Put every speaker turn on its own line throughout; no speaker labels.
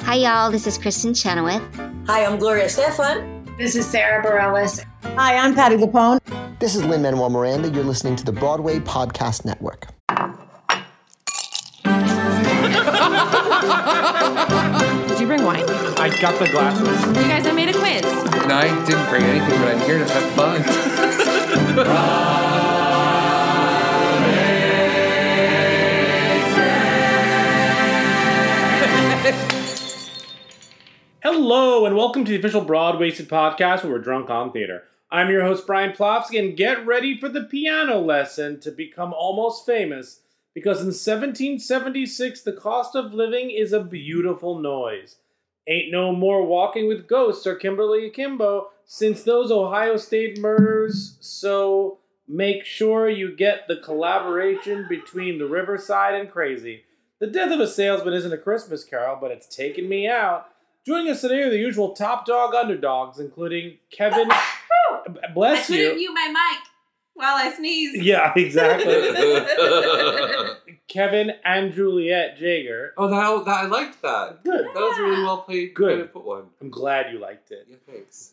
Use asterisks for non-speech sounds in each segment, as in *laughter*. Hi, y'all. This is Kristen Chenoweth.
Hi, I'm Gloria Stefan.
This is Sarah Bareilles.
Hi, I'm Patty Lapone.
This is Lynn Manuel Miranda. You're listening to the Broadway Podcast Network.
Did you bring wine? You
I got the glasses.
guys, I made a quiz.
And I didn't bring anything, but I'm here to have fun.
Hello, and welcome to the official Broad Wasted podcast where we're drunk on theater. I'm your host, Brian Plofsky, and get ready for the piano lesson to become almost famous because in 1776, the cost of living is a beautiful noise. Ain't no more walking with ghosts or Kimberly Akimbo since those Ohio State murders, so make sure you get the collaboration between the Riverside and Crazy. The Death of a Salesman isn't a Christmas carol, but it's taken me out. Joining us today are the usual top dog underdogs, including Kevin.
I
Bless
couldn't mute
you.
my mic while I sneezed.
Yeah,
*laughs*
exactly.
oh,
Kevin and Juliet Jaeger.
that, that I liked that.
Good.
That was a really well played.
Good.
way to put one.
I'm glad you liked it.
Yeah, thanks.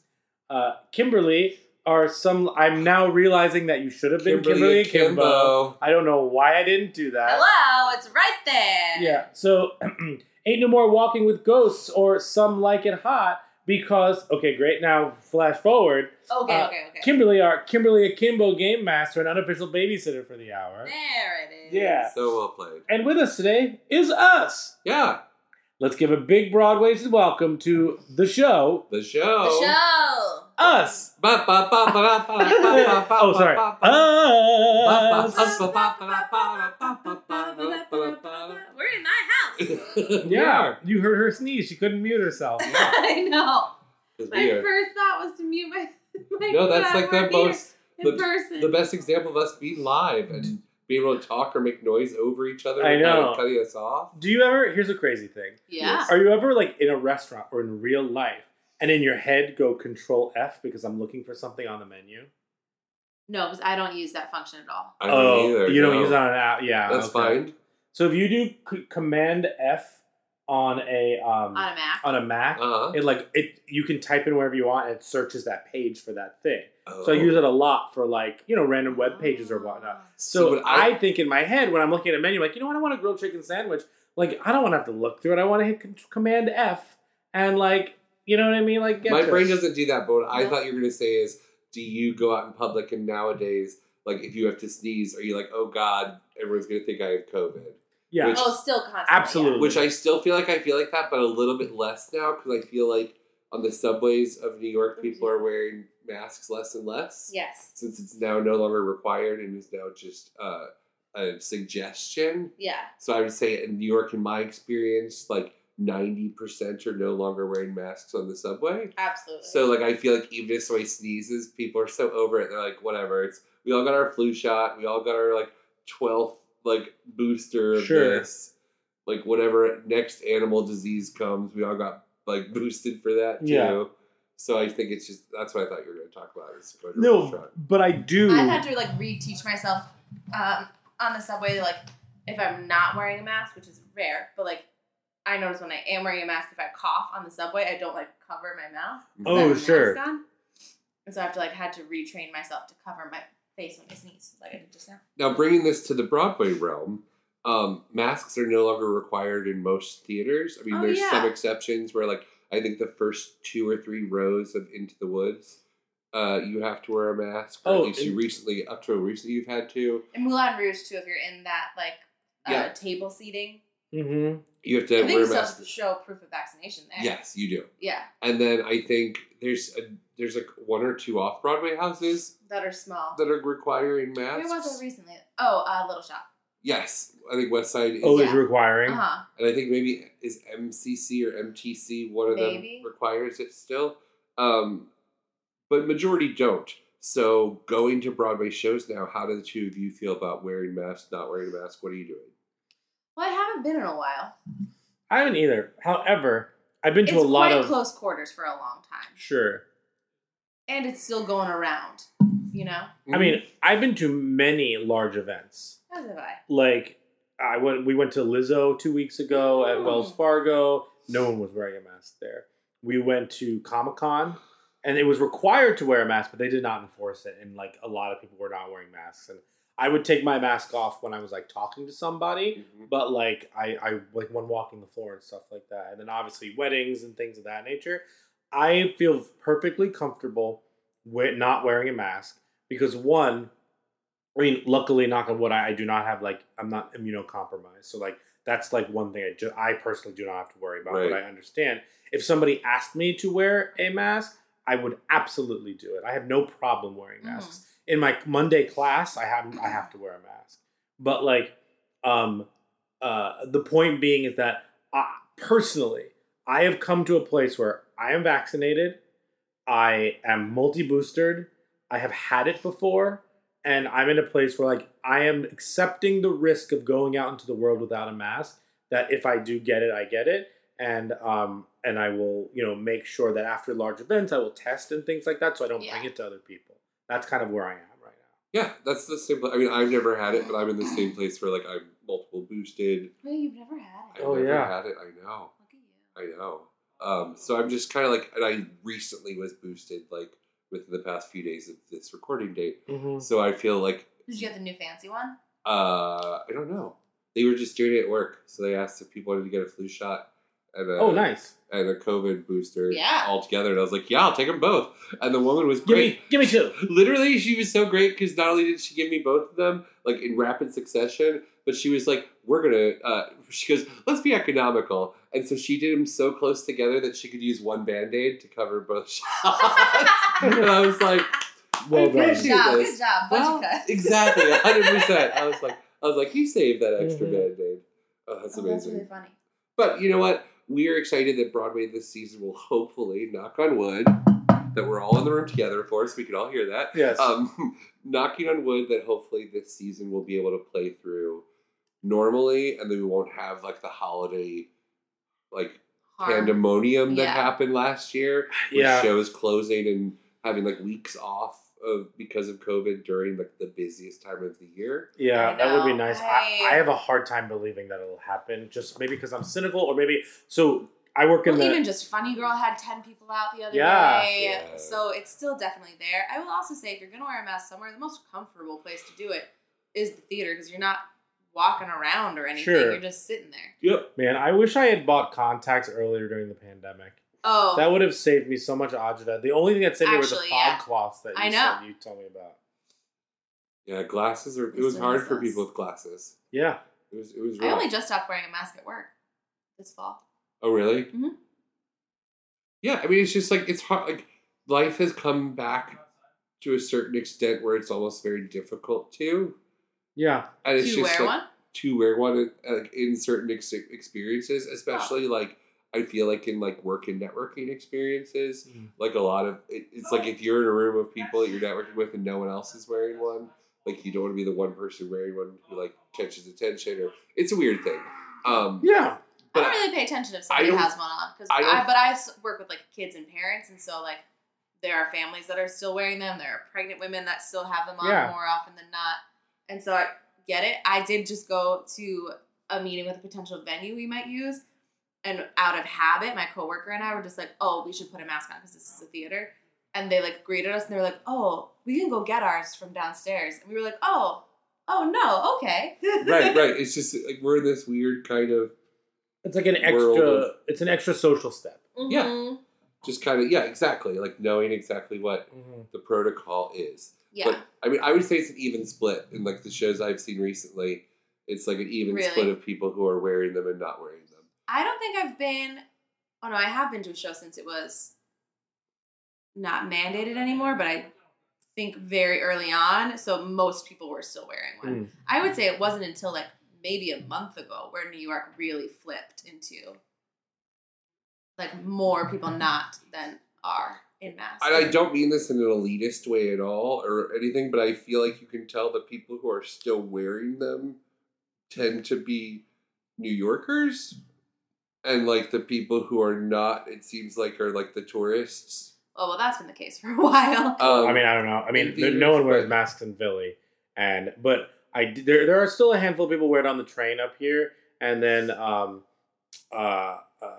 Uh, Kimberly are some. I'm now realizing that you should have been Kimberly, Kimbo. I don't know why I didn't do that.
Hello, it's right there.
Yeah. So, *clears throat* ain't no more walking with ghosts or some like it hot because okay, great. Now flash forward.
Okay,
Uh,
okay, okay.
Kimberly are Kimberly Akimbo game master and unofficial babysitter for the hour.
there it is.
Yeah.
So uh, well played.
And with us today is us.
Yeah,
Let's give a big Broadway's welcome to the show,
the
The
show.
Oh.
show.
*laughs*
us.
Ba, ba, ba, ba, da, ba, da, ba, ba, ba,
oh,
ba, *laughs*
sorry.
ba, ba. Ba, ba,
Us.
ba, ba, ba, ba, ba, ba, ba, ba, ba, ba, ba,
We're in my house. *laughs*
ba.
Yeah, you heard her sneeze. She couldn't mute
*laughs*
herself.
I know.
'Cause
My
we are-
first thought was to mute my *laughs* mic.
No, that's
while
like
we're
the
here
most
in person.
the best example of us being live and being able to talk or make noise over each other
I
without
know.
cutting us off.
Do you ever? Here's a crazy thing.
yeah.
Are you ever like in a restaurant or in real life, and in your head go Control F because I'm looking for something on the menu?
No, because I don't use that function at all.
I don't either.
Oh, you don't
no.
use it on an app. Yeah,
That's
okay.
fine.
So if you do c- Command F on a um
On a Mac.
on a Mac,
Uh-huh.
it like it you can type in wherever you want and it searches that page for that thing.
Oh. Ah.
So I use it a lot for like you know random web pages or whatnot. So
See, what
I,
I-
think in my head when I'm looking at a menu, like you know what, I want a grilled chicken sandwich. Like I don't want to have to look through it. I want to hit con- Command F and like you know what I mean. Like get
My
to
brain
it.
doesn't do that, but what I
No.
thought you were gonna say is, do you go out in public and nowadays, like if you have to sneeze, are you like, oh god, everyone's gonna think I have COVID?
Yeah,
which- *laughs*
oh, still constantly.
Absolutely.
Which I still feel like I feel like that, but a little bit less now because I feel like on the subways of New York, people are wearing masks less and less.
yeah. Yes.
Since it's now no longer required and is now just uh, a suggestion.
Yeah.
So I would say in New York, in my experience, like 90% are no longer wearing masks on the subway.
Absolutely.
So like I feel like even if somebody sneezes, people are so over it. They're like, whatever. It's we all got our flu shot. We all got our like twelfth like booster of
Sure.
this. Like whatever next animal disease comes, we all got like *laughs* boosted for that too.
Yeah.
So I think it's just that's what I thought you were going to talk about. Is going to a
no,
restaurant.
but I do.
I've had to like reteach myself um, on the subway, like if I'm not wearing a mask, which is rare, but like I notice when I am wearing a mask, if I cough on the subway, I don't like cover my mouth. 'cause I
Oh,
have a mask
sure.
on. And so I've to like had to retrain myself to cover my face when I sneeze, like I did just now.
Now bringing this to the Broadway realm, um, masks are no longer required in most theaters. I mean,
Oh,
there's
yeah.
some exceptions where, like, I think the first two or three rows of Into the Woods, uh, you have to wear a mask. Or
Oh,
at least you
in-
recently, up to recently, you've had to.
And Moulin Rouge too, if you're in that like uh,
Yeah.
table seating.
hmm
You have to
I
wear
think
a
you
mask.
still show proof of vaccination there.
Yes, you do.
Yeah.
And then I think there's a there's like one or two off Broadway houses
That are small.
that are requiring
Where
masks.
was I recently? Oh, uh, Little Shop.
yes, I think West Side is
Always
Yeah.
requiring.
Uh huh.
and I think maybe is MCC or MTC one of
Maybe.
them requires it still, um, but majority don't. So going to Broadway shows now, how do the two of you feel about wearing masks, not wearing a mask? What are you doing?
Well, I haven't been in a while.
I haven't either. However, I've been to
it's
a lot
quite
of
close quarters for a long time,
sure.
and it's still going around. You know,
Mm-hmm.
I mean, I've been to many large events.
as have I.
Like I went, we went to Lizzo two weeks ago at
Mm.
Wells Fargo. No one was wearing a mask there. We went to Comic Con, and it was required to wear a mask, but they did not enforce it. And like a lot of people were not wearing masks. And I would take my mask off when I was like talking to somebody,
Mm-hmm.
but like I, I like when walking the floor and stuff like that, and then obviously weddings and things of that nature. I feel perfectly comfortable with not wearing a mask because one, I mean, luckily, knock on wood, I, I do not have like I'm not immunocompromised, so like that's like one thing I ju- I personally do not have to worry about. But I
Right.
understand if somebody asked me to wear a mask, I would absolutely do it. I have no problem wearing masks in my Monday class, I have I have to wear a mask. But like, um, uh, the point being is that I, personally, I have come to a place where I am vaccinated, I am multi boostered, I have had it before, and I'm in a place where like I am accepting the risk of going out into the world without a mask. That if I do get it, I get it, and um, and I will you know make sure that after large events, I will test and things like that, so I don't bring
Yeah.
it to other people that's kind of where I am right
Yeah, that's the same. pla- I mean, I've never had it, but I'm in the same place where like I'm multiple boosted.
Wait, you've never had
I've
it.
Oh,
never
yeah.
had it. I know.
Look at you.
I know. Um, so I'm just kind of like, and I recently was boosted like within the past few days of this recording date.
now.
So I feel like
Did you get the new fancy one?
uh, I don't know. They were just doing it at work, so they asked if people wanted to get a flu shot and a,
Oh, nice.
and a COVID booster
Yeah.
all together. And I was like, yeah, I'll take them both. And the woman was
Give
great.
me, give me two.
Literally, she was so great because not only did she give me both of them like in rapid succession, but she was like, "We're gonna." Uh, *laughs* she goes, "Let's be economical," and so she did them so close together that she could use one band aid to cover both *laughs*
*laughs*
shots.
*laughs*
and *laughs* I was like,
Well
I
done.
Good
appreciate
job,
this.
good job.
Well,
Budget cut.
Oh. exactly, hundred percent. I was like, I was like, you saved that extra
Mhm.
band aid. Oh, that's
Oh,
amazing.
that's really funny.
But you know what? We are excited that Broadway this season will hopefully, knock on wood, that we're all in the room together, of course, we can all hear that.
Yes.
Um, *laughs* knocking on wood that hopefully this season we'll be able to play through normally and then we won't have like the holiday like
Harm.
pandemonium that
Yeah.
happened last year with
yeah.
shows closing and having like weeks off of because of COVID during like the busiest time of the year.
Yeah,
I
that would be
know.
nice. I,
I-
I have a hard time believing that it'll happen. Just maybe because I'm cynical, or maybe so. I work in
Well,
the
even just Funny Girl had 10 people out the other
Yeah.
day.
Yeah.
So it's still definitely there. I will also say if you're going to wear a mask somewhere, the most comfortable place to do it is the theater because you're not walking around or anything.
Sure.
You're just sitting there.
Yep.
man. I wish I had bought contacts earlier during the pandemic.
Oh,
That would have saved me so much agita. The only thing that saved me were the
Actually,
fog
yeah.
cloths that you
I know.
said you told me about.
Yeah, glasses are it
This
was
one
hard
is
for
us.
people with glasses.
Yeah,
It was it was
I
rough.
only just stopped wearing a mask at work this fall.
Oh, really?
Mhm.
Yeah, I mean, it's just like it's hard. Like life has come back to a certain extent where it's almost very difficult to,
yeah,
and
Do
it's
you
just
wear
like,
one?
to wear one uh, like, in certain ex- experiences, especially like I feel like in like work and networking experiences,
Mhm.
like a lot of it, it's like if you're in a room of people that you're networking with and no one else is wearing one, like you don't want to be the one person wearing one who like catches attention or it's a weird thing.
*laughs*
Um,
yeah.
I
but
don't really pay attention if
I
somebody
don't-
has one on because
I
I,
don't-
but I s- work with like kids and parents, and so like there are families that are still wearing them. There are pregnant women that still have them on
Yeah.
more often than not, and so I get it. I did just go to a meeting with a potential venue we might use, and out of habit, my coworker and I were just like, "Oh, we should put a mask on because this is a theater." And they like greeted us, and they were like, "Oh, we can go get ours from downstairs." And we were like, "Oh, oh no, okay."
right, right. It's just like we're in this weird kind of
It's like an
World
extra. It's an extra social step.
Yeah.
Mhm.
just kind of yeah exactly like knowing exactly what the protocol is
*laughs* Yeah.
but i mean i would say it's an even split in like the shows i've seen recently it's like an even
Really?
split of people who are wearing them and not wearing them
I don't think I've been. Oh no, I have been to a show since it was not mandated anymore, but I think very early on, so most people were still wearing
Hmm.
one. I would say it wasn't until like maybe a month ago where New York really flipped into like more people not than are in masks.
and i don't mean this in an elitist way at all or anything but i feel like you can tell the people who are still wearing them tend to be new yorkers and like the people who are not it seems like are like the tourists
oh well, that's been the case for a *laughs* while.
um,
I mean, I don't know. I mean,
in
there,
theaters,
no one wears
but-
masks in Philly, and but I d- there there are still a handful of people who wear it on the train up here, and then um, uh, uh,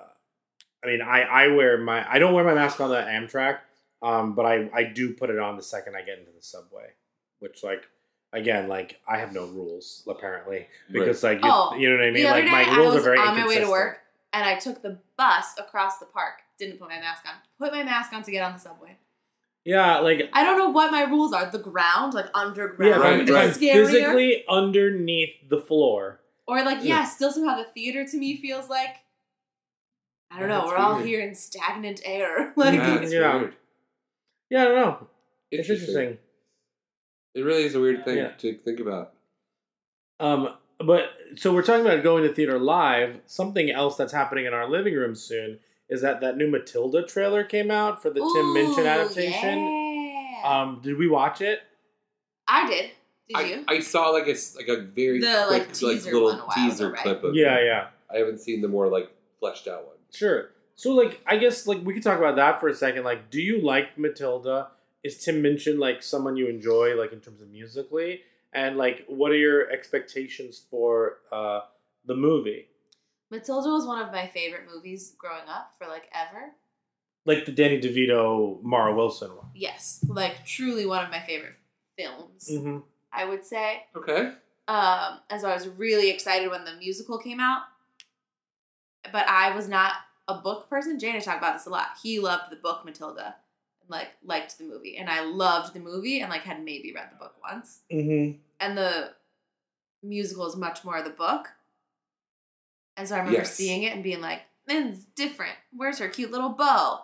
I mean, I, I wear my I don't wear my mask on the Amtrak, um, but I I do put it on the second I get into the subway, which like again like I have no rules apparently because like you,
Oh,
you know what I mean.
the other
Like
day,
my
I
rules
was
are very
on my way to
inconsistent.
work, and I took the bus across the park. Didn't put my mask on. Put my mask on to get on the subway.
Yeah, like
I don't know what my rules are. The ground, like underground,
yeah, if I'm-
Right,
if I'm
is scarier.
physically underneath the floor.
or like
Yeah.
yeah, still somehow the theater to me feels like I don't
Yeah,
know.
it's
We're all
weird.
here in stagnant air. *laughs* like
yeah, it's
Yeah.
weird.
Yeah, I don't know. It's
Interesting.
interesting.
It really is a weird thing
Yeah.
to think about.
Um, but so we're talking about going to theater live. Something else that's happening in our living room soon is that that new Matilda trailer came out for the Tim Minchin
Ooh,
adaptation.
yeah.
Um, did we watch it? Um,
I did. Did
I,
you?
I saw like a s- like a very
The, like,
quick,
teaser
little
one a while ago,
teaser
right?
clip of
Yeah,
it.
yeah,
I haven't seen the more like fleshed out one.
sure. So like, I guess like we could talk about that for a second. Like, do you like Matilda? Is Tim Minchin like someone you enjoy like in terms of musically? And like, what are your expectations for uh, the movie?
Matilda was one of my favorite movies growing up for like ever.
Like the Danny DeVito, Mara Wilson one.
Yes, like truly one of my favorite films.
Mm-hmm.
I would say.
Okay.
Um, and so I was really excited when the musical came out. But I was not a book person. Jane has talked about this a lot. He loved the book Matilda, like liked the movie, and I loved the movie, and like had maybe read the book once.
Mm-hmm.
And the musical is much more the book. And so I remember
Yes.
seeing it and being like, "It's different. Where's her cute little bow?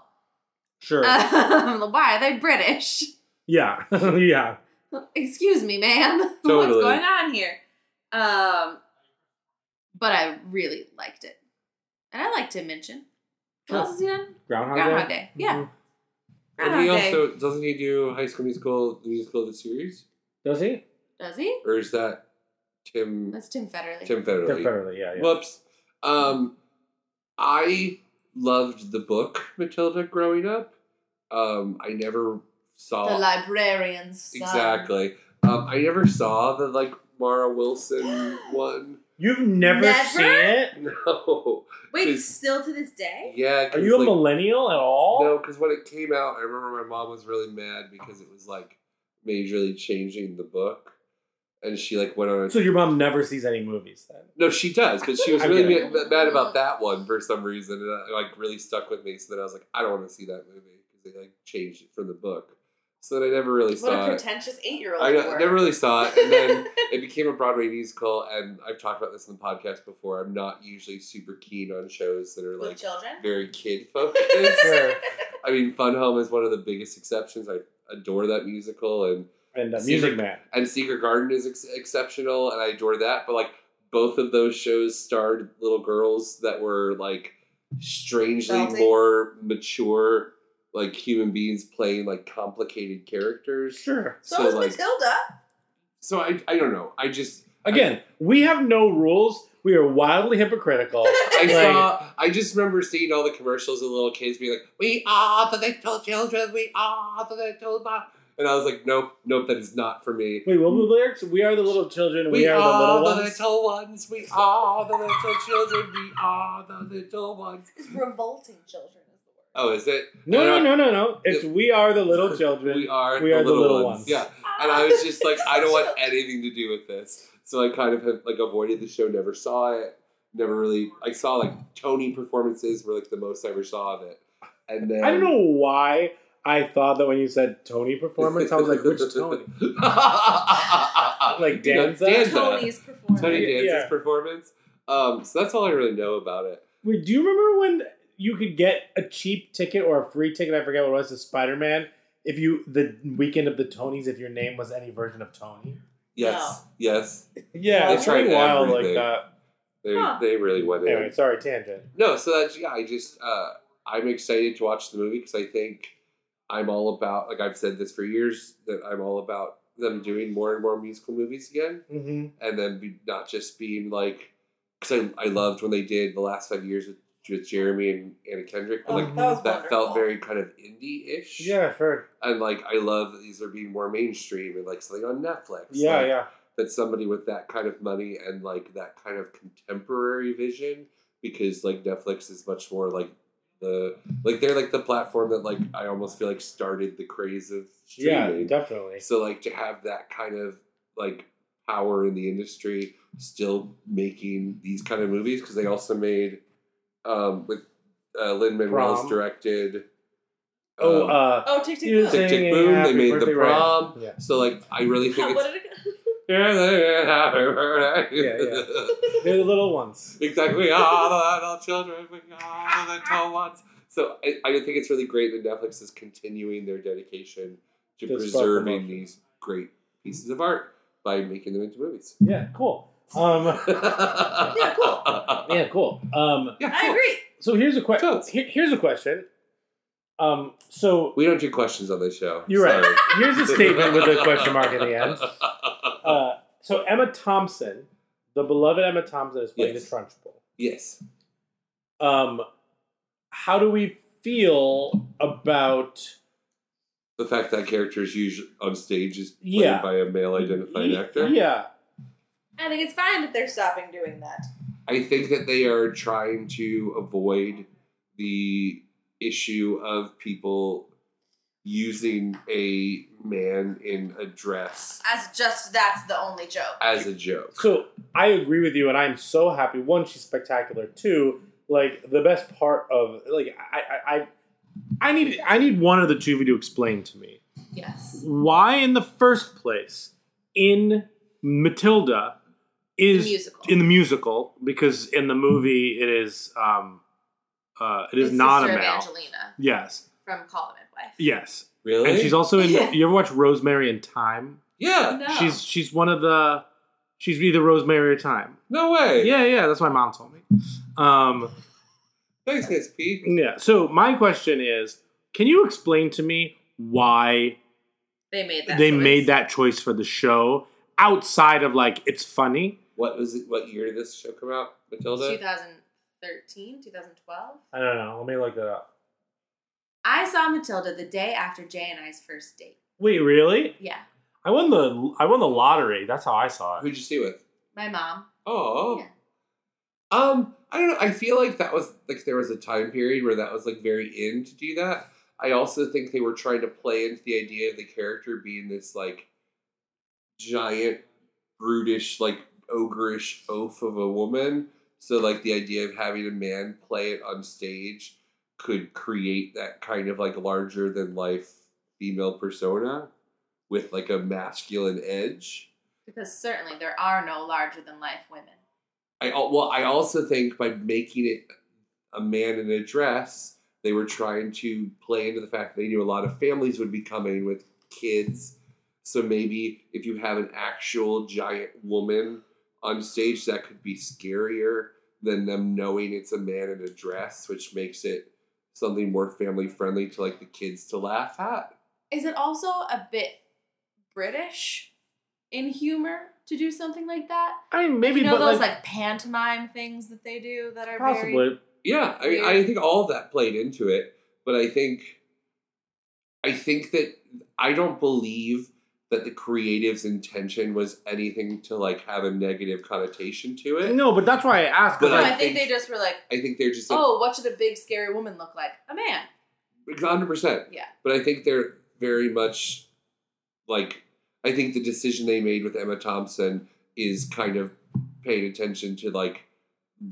Sure.
Um, *laughs* why are they British?"
yeah. *laughs* yeah.
*laughs* excuse me, ma'am. *laughs*
Totally.
What's going on here? Um, but I really liked it. And I liked Tim Minchin. What
Sure.
else has he done?
Groundhog,
Groundhog Day. Yeah.
Mhm.
And he
Groundhog Day.
also doesn't he do High School Musical the musical of the series
Does he?
Does he?
or is that Tim
That's Tim Federle.
Mm-hmm. Tim Federle?
Definitely, yeah. yeah.
Whoops. Um, I loved the book Matilda growing up. Um, I never saw
the librarian's son.
exactly. Um, I never saw the like Mara Wilson one. *laughs*
You've never,
Never?
seen it?
No.
Wait,
Is-
still to this day?
Yeah. 'cause,
Are you a
like,
millennial at all?
No, because when it came out, I remember my mom was really mad because it was like majorly changing the book, and she like went on. A,
So your mom never sees any movies then?
no, she does, but she was
*laughs* I'm
really
kidding.
ma- ma- mad about that one for some reason, and it like really stuck with me. So then I was like, I don't want to see that movie because they like changed it from the book. So then I never really
What a
saw it.
pretentious eight year old.
I know- never really saw it,
*laughs*
and then it became a Broadway musical. And I've talked about this in the podcast before. I'm not usually super keen on shows that are
With
like
children?
very kid focused.
Sure.
I mean, Fun Home is one of the biggest exceptions. I adore that musical, and
And uh,
See,
Music
like-
Man.
and Secret Garden is ex- exceptional, and I adore that. But like, both of those shows starred little girls that were like strangely
Adulting.
more mature, like human beings playing like complicated characters.
Sure.
So,
So,
was
like,
Matilda.
so I, I don't know. I just
Again, we have no rules. We are wildly hypocritical.
*laughs*
I
Like-
saw. I just remember seeing all the commercials of little kids being like, "We are the little children. We are the little." Mo-" And I was like, "Nope, nope, that is not for me."
Wait, what were the lyrics? We are the little children. We,
We
are, the little ones.
little ones. We are the little children. We are the little ones.
It's revolting children is the word.
Oh, is it?
no,
And
no,
I-
no, no, *laughs* no. It's *laughs*
Yeah.
we are the little children.
We are,
We
the,
are
little ones. Yeah. And I was just like,
It's
I don't want
children.
anything to do with this. So I kind of have like avoided the show. Never saw it. Never really. I saw like Tony performances were like the most I ever saw of it. And then
I don't know why I thought that when you said Tony performance, I was like, which Tony?
*laughs*
Like Danza?
Danza.
Tony's performance.
uh, Tony Danza's
Yeah.
performance. Um, so that's all I really know about it.
Wait, do you remember when you could get a cheap ticket or a free ticket? I forget what it was to Spider Man. If you the weekend of the Tonys, if your name was any version of Tony,
Yes, yes.
yeah,
They
it's pretty
tried
wild like
everything.
that.
They,
Huh.
they really went in.
Anyway, sorry, tangent.
No, so that's yeah. I just uh, I'm excited to watch the movie because I think I'm all about like I've said this for years that I'm all about them doing more and more musical movies again,
Mm-hmm.
and then be, not just being like because I, I loved when they did the last five years with, with Jeremy and Anna Kendrick, but,
Oh,
like
that was
felt
wonderful.
very kind of indie ish.
Yeah, sure.
and like I love that these are being more mainstream and like something on Netflix.
Yeah,
like,
yeah.
that somebody with that kind of money and like that kind of contemporary vision because like Netflix is much more like the like they're like the platform that like I almost feel like started the craze of
Yeah,
streaming.
definitely.
So like to have that kind of like power in the industry, still making these kind of movies because they also made um, with uh, Lin Manuel's
Prom.
directed.
Oh,
um,
uh,
Oh, Tick Tick
You
Boom.
Tick Tick
singing
Boom. They
Happy
made
Birthday,
the
Ryan.
prom.
Yeah.
So like, I really think
*laughs* What
it's
did it go?
yeah,
they're the little ones.
*laughs* exactly. We are the little children. We are the little ones. So I, I think it's really great that Netflix is continuing their dedication to
To spark
preserving
emotion.
these great pieces of art by making them into movies.
Yeah, cool. Um,
yeah, cool.
yeah, cool. Um,
Yeah,
I
cool.
agree.
so here's a question.
Totes.
here's a question. Um, so
We don't do questions on this show.
You're right. *laughs*
Sorry.
Here's
*laughs*
a statement with a question mark at the end. Uh, so Emma Thompson, the beloved Emma Thompson, is playing
Yes.
the Trunchbull.
*laughs* Yes.
Um, how do we feel about?
The fact that character is usually on stage is played
Yeah.
by a male identified
Ye-
actor.
Yeah,
I think it's fine that they're stopping doing that.
I think that they are trying to avoid the issue of people using a man in a dress
As just that's the only joke.
as a joke.
So I agree with you, and I'm so happy. One, she's spectacular. Two, like the best part of like I I I, I need I need one of the two of you to explain to me
Yes.
why in the first place in Matilda is
The musical.
in the musical because in the movie it is um uh it is
It's
not a
Sister
male.
Evangelina
Yes,
from Call the Midwife.
yes,
Really?
and she's also in.
Yeah.
You ever watch Rosemary and Time?
yeah.
No.
She's she's one of the. She's either Rosemary or Time.
No way.
Yeah, yeah, that's what my mom told me. Um,
Thanks, Miss P.
yeah. So my question is, can you explain to me why
they made that.
they
choice.
made that choice for the show outside of like it's funny?
What was it? What year did this show come out, Matilda?
2013, 2012.
I don't know. Let me look that up.
I saw Matilda the day after Jay and I's first date.
Wait, really?
Yeah,
I won the I won the lottery. That's how I saw it.
Who'd you see with?
my mom.
Oh.
Yeah.
Um, I don't know. I feel like that was like there was a time period where that was like very in to do that. I also think they were trying to play into the idea of the character being this like giant, brutish, like ogreish oaf of a woman. So like the idea of having a man play it on stage could create that kind of like larger than life female persona with like a masculine edge.
Because certainly there are no larger than life women.
I al- well, I also think by making it a man in a dress, they were trying to play into the fact that they knew a lot of families would be coming with kids. So maybe if you have an actual giant woman on stage, that could be scarier than them knowing it's a man in a dress, which makes it something more family friendly to like the kids to laugh at.
Is it also a bit British in humor to do something like that?
I mean, maybe,
you know
but
those
like,
like, pantomime things that they do that are Very,
possibly.
Yeah, I mean, I think all of that played into it, but I think, I think that I don't believe that the creative's intention was anything to like have a negative connotation to it.
No, but that's why I asked. 'cause
no,
But
I,
I-
I
think,
think-
they just were like,
I think they're just
oh, what should a big scary woman look like? A man.
hundred percent.
Yeah.
but I think they're very much like I think the decision they made with Emma Thompson is kind of paying attention to like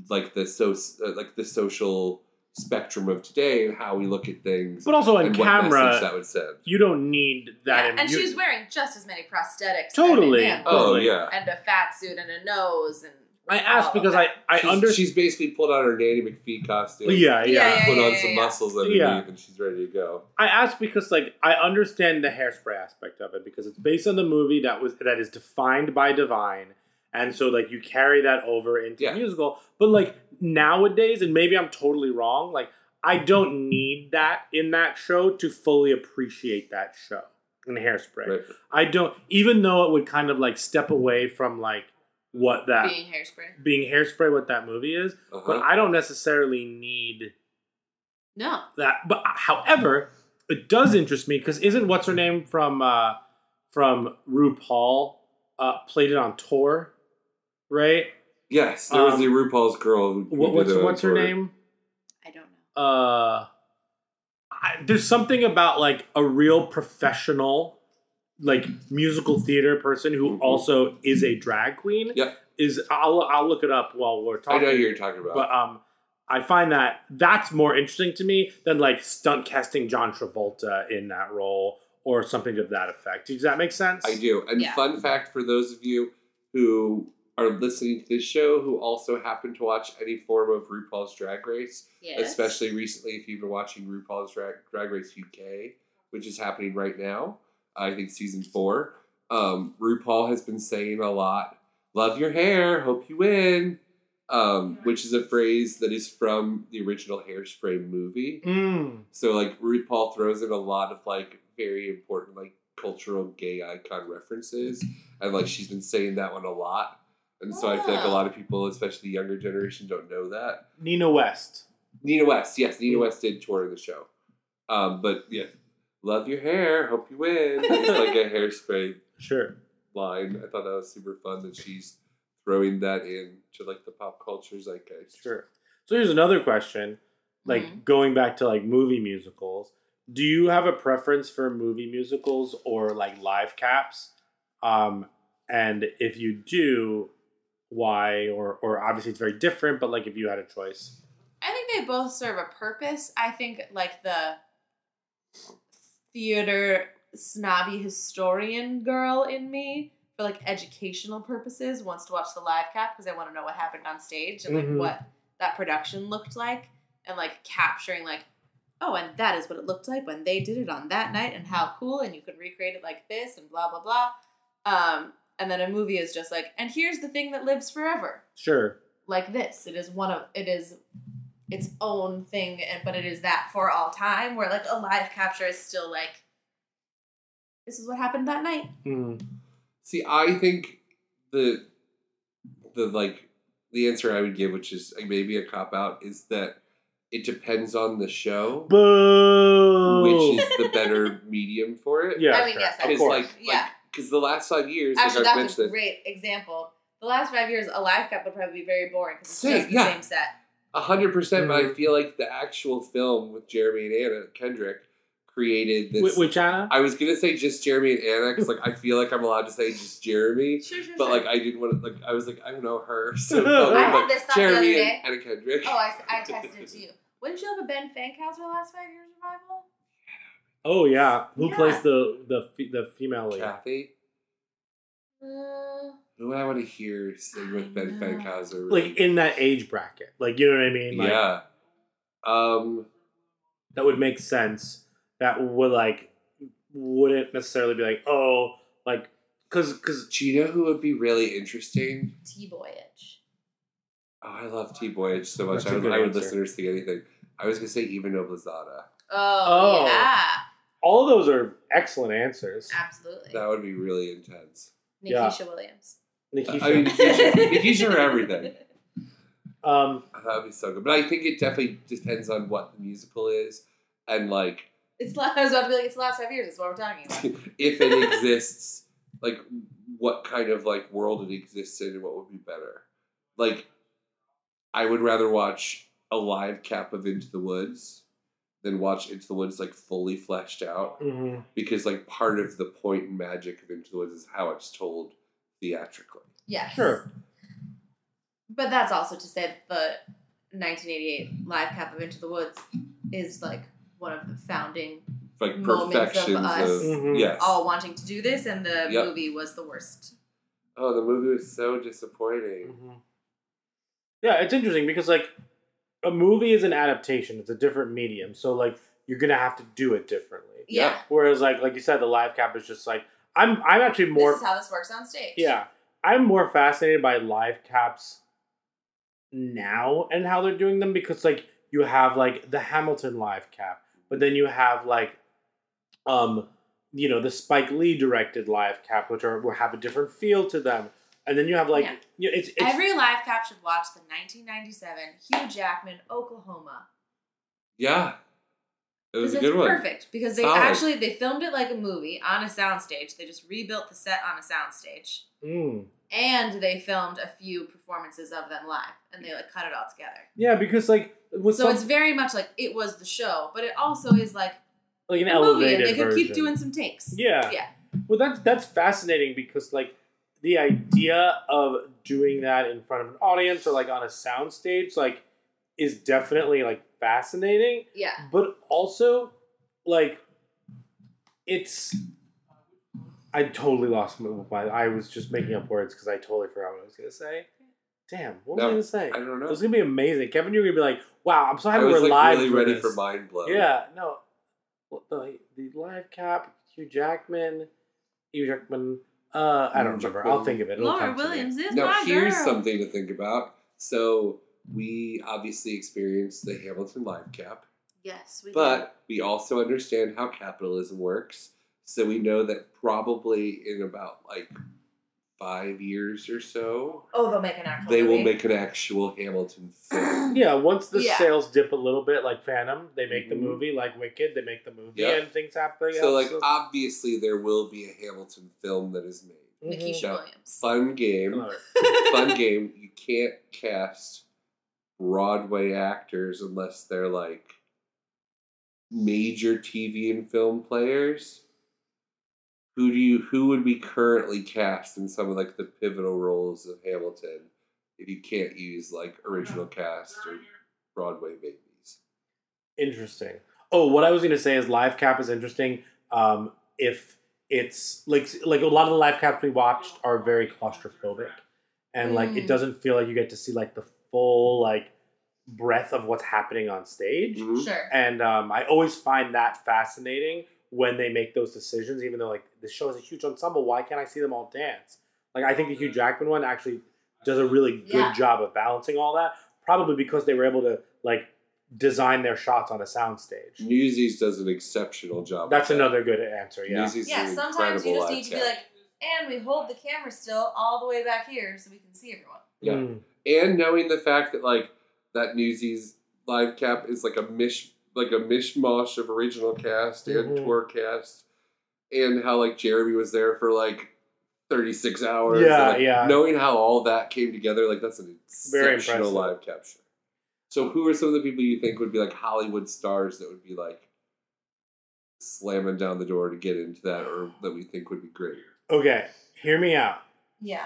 like the so uh, like the social spectrum of today and how we look at things.
but also on
and what message
camera,
that would send.
you don't need that.
Yeah,
in-
and
you-
she was wearing just as many prosthetics. as a
totally.
man.
Oh,
totally.
yeah.
and a fat suit and a nose and
I
all
asked
of
because
that.
I I
she's,
understand.
she's basically pulled out her Nanny McPhee costume.
Yeah, yeah.
yeah,
Put
yeah,
on
yeah,
some
yeah.
muscles underneath,
Yeah.
and she's ready to go.
I ask because like I understand the hairspray aspect of it because it's based on the movie that was that is defined by Divine, and so like you carry that over into
Yeah.
the musical. But like nowadays, and maybe I'm totally wrong. Like I don't need that in that show to fully appreciate that show in hairspray.
Right.
I don't, even though it would kind of like step away from like what that
being hairspray.
being hairspray, what that movie is. But
Uh-huh.
I don't necessarily need
No,
that. But uh, however, it does interest me because isn't what's her name from uh, from RuPaul uh, played it on tour, right?
Yes, there was
Um,
the RuPaul's girl. Who, who
What,
did
what's
it on
what's her
tour.
name?
I don't know.
uh I, there's something about like a real professional like musical theater person who
Mhm.
also is a drag queen
Yep.
is I'll I'll look it up while we're
I
talking
know who you're talking about.
but um I find that that's more interesting to me than like stunt casting John Travolta in that role or something of that effect. Does that make sense?
I do. And
Yeah.
fun fact for those of you who are listening to this show who also happen to watch any form of RuPaul's Drag Race,
Yes.
especially recently if you've been watching RuPaul's Drag, Drag Race UK, which is happening right now, I think season four. Um, RuPaul has been saying a lot, love your hair, hope you win, um, which is a phrase that is from the original Hairspray movie.
Mm.
So like RuPaul throws in a lot of like very important like cultural gay icon references, and like she's been saying that one a lot, and so I feel like a
Ah.
lot of people, especially the younger generation, don't know that.
Nina West.
Nina West, yes,
Mm.
Nina West did tour the show, um, but yeah, love your hair, hope you win. It's like a hairspray
Sure.
line. I thought that was super fun that she's throwing that in to like the pop culture zeitgeist.
Sure. So here's another question. Like
Mm-hmm.
Mhm.
going back to like movie musicals, do you have a preference for movie musicals or like live caps? Um, and if you do, why? Or or obviously it's very different, but like if you had a choice.
I think they both serve a purpose. I think like the theater snobby historian girl in me for like educational purposes wants to watch the live cap because I want to know what happened on stage and like
Mhm.
what that production looked like and like capturing like oh and that is what it looked like when they did it on that night and how cool and you could recreate it like this and blah blah blah um and then a movie is just like and here's the thing that lives forever
Sure.
like this. It is one of it is its own thing, and but it is that for all time. Where like a live capture is still like, this is what happened that night.
Mm-hmm.
See, I think the the like the answer I would give, which is like, maybe a cop out, is that it depends on the show,
Boo.
which is the better medium for it.
yeah.
I mean,
sure.
yes, I-
because
of course.
like,
Yeah.
because the last five years,
Actually,
like I've
that's a
mentioned,
great example. The last five years, a live cap would probably be very boring because it's
Same,
just the
yeah.
same set.
hundred percent. But I
Mhm.
feel like the actual film with Jeremy and Anna Kendrick created this.
Wh- which Anna?
I was gonna say just Jeremy and Anna because like I feel like I'm allowed to say just Jeremy.
Sure, sure,
But
sure.
like I didn't want to like I was like I don't know her *laughs* so it felt
I
like,
had
like,
this thought the
Jeremy
other day.
and Anna Kendrick.
oh, I, I texted it to you. Wouldn't you have a Ben Fankhauser last five years revival?
oh yeah. Who
Yeah.
plays the the fe- the female lead?
*laughs* Kathy,
Uh,
who would I want to hear sing with Ben
I know.
Fankhauser?
Like in that age bracket. Like you know what I mean? Like,
yeah. Um,
that would make sense that would like wouldn't necessarily be like oh like because because
do you know who would be really interesting?
T Boyage.
Oh, I love T Boyage so much.
That's a
I would,
good
I would
answer.
listen to her sing anything. I was gonna say even Oblizada.
Oh,
Oh.
yeah,
all those are excellent answers
absolutely.
That would be really intense.
Yeah.
Nikisha Williams.
Nikisha.
I mean, Nikisha for everything.
*laughs*
um
That would be so good. But I think it definitely depends on what the musical is and like
It's la- I was about to be like, it's the last five years. That's what we're talking
*laughs*
about.
if it exists, like what kind of like world it exists in and what would be better. Like I would rather watch a live cap of Into the Woods than watch Into the Woods like fully fleshed out
mhm.
because like part of the point and magic of Into the Woods is how it's told theatrically.
Yes.
sure
But that's also to say that the 1988 live cap of Into the Woods is like one of the founding,
Like
Moments of
perfections of,
us
Mhm.
yes.
all wanting to do this, and the
Yep.
movie was the worst.
Oh, the movie was so disappointing.
Mhm. yeah it's interesting because like a movie is an adaptation it's a different medium so like you're gonna have to do it differently
Yeah.
Yeah.
whereas like like you said the live cap is just like i'm i'm actually more
This is how this works on stage.
Yeah. I'm more fascinated by live caps now and how they're doing them because like you have like the Hamilton live cap, but then you have like um you know the Spike Lee directed live cap which are will have a different feel to them. And then you have like
Yeah.
you know, it's, it's
Every live cap should watch the 1997 Hugh Jackman Oklahoma.
Yeah. It was a
Because
good
it's
one.
perfect because they
Solid.
actually they filmed it like a movie on a soundstage. They just rebuilt the set on a soundstage.
Mm.
and they filmed a few performances of them live and they like cut it all together
Yeah, because like with
So
some-
it's very much like it was the show, but it also is like
like an
a movie, and
elevated
they could
version.
keep doing some takes.
Yeah.
Yeah.
Well, that's that's fascinating because like the idea of doing that in front of an audience or like on a soundstage like is definitely like fascinating,
Yeah.
but also like it's. I totally lost my. my- I was just making up words because I totally forgot what I was gonna say. Damn, what was I
No,
gonna say?
I don't know.
It was gonna be amazing, Kevin. You're gonna be like, "Wow, I'm so
I
happy
was
we're
like
live."
really
for
ready
this.
for mind blow.
Yeah, no. Well, The, the live cap, Hugh Jackman, Hugh Jackman. Uh, I don't
Hugh
remember.
Jackman.
I'll think of it. It'll
Laura
come to me.
Williams is
Now
my
here's
girl.
something to think about. So we obviously experienced the Hamilton live cap,
Yes, we did.
but we also understand how capitalism works. So we know that probably in about like five years or so,
Oh, they'll make an actual.
they will
movie.
make an actual
*clears throat*
Hamilton film.
Yeah, once the
Yeah.
sales dip a little bit, like Phantom, they make
Mhm.
the movie. Like Wicked, they make the movie,
Yeah.
and things happen.
so like obviously there will be a Hamilton film that is made.
Nikisha
No.
Williams.
Fun game. fun game. You can't cast Broadway actors unless they're like major TV and film players. Who do you who would we currently cast in some of like the pivotal roles of Hamilton if you can't use like original cast or Broadway babies?
interesting. Oh, what I was gonna say is live cap is interesting. Um, if it's like like a lot of the live caps we watched are very claustrophobic, and like it
Mm.
doesn't feel like you get to see like the full like breadth of what's happening on stage.
Sure.
and um, I always find that fascinating when they make those decisions. Even though like the show is a huge ensemble, why can't I see them all dance? Like I think the Hugh Jackman one actually does a really good
Yeah.
job of balancing all that. Probably because they were able to like design their shots on a soundstage.
Newsies does an exceptional job.
That's
with that.
another good answer. Yeah,
Newsies is
Yeah,
an
sometimes you
incredible
just
live
need to be
cast.
like, and we hold the camera still all the way back here so we can see everyone.
Yeah.
Mm.
and knowing the fact that like that Newsies live cap is like a mish like a mishmash of original cast and
Mhm.
tour cast, and how like Jeremy was there for like thirty six hours.
Yeah,
and, like,
yeah.
Knowing how all that came together, like that's an
Very
exceptional
impressive.
live capture. So, who are some of the people you think would be like Hollywood stars that would be like slamming down the door to get into that, or that we think would be great?
Okay, hear me out.
Yeah.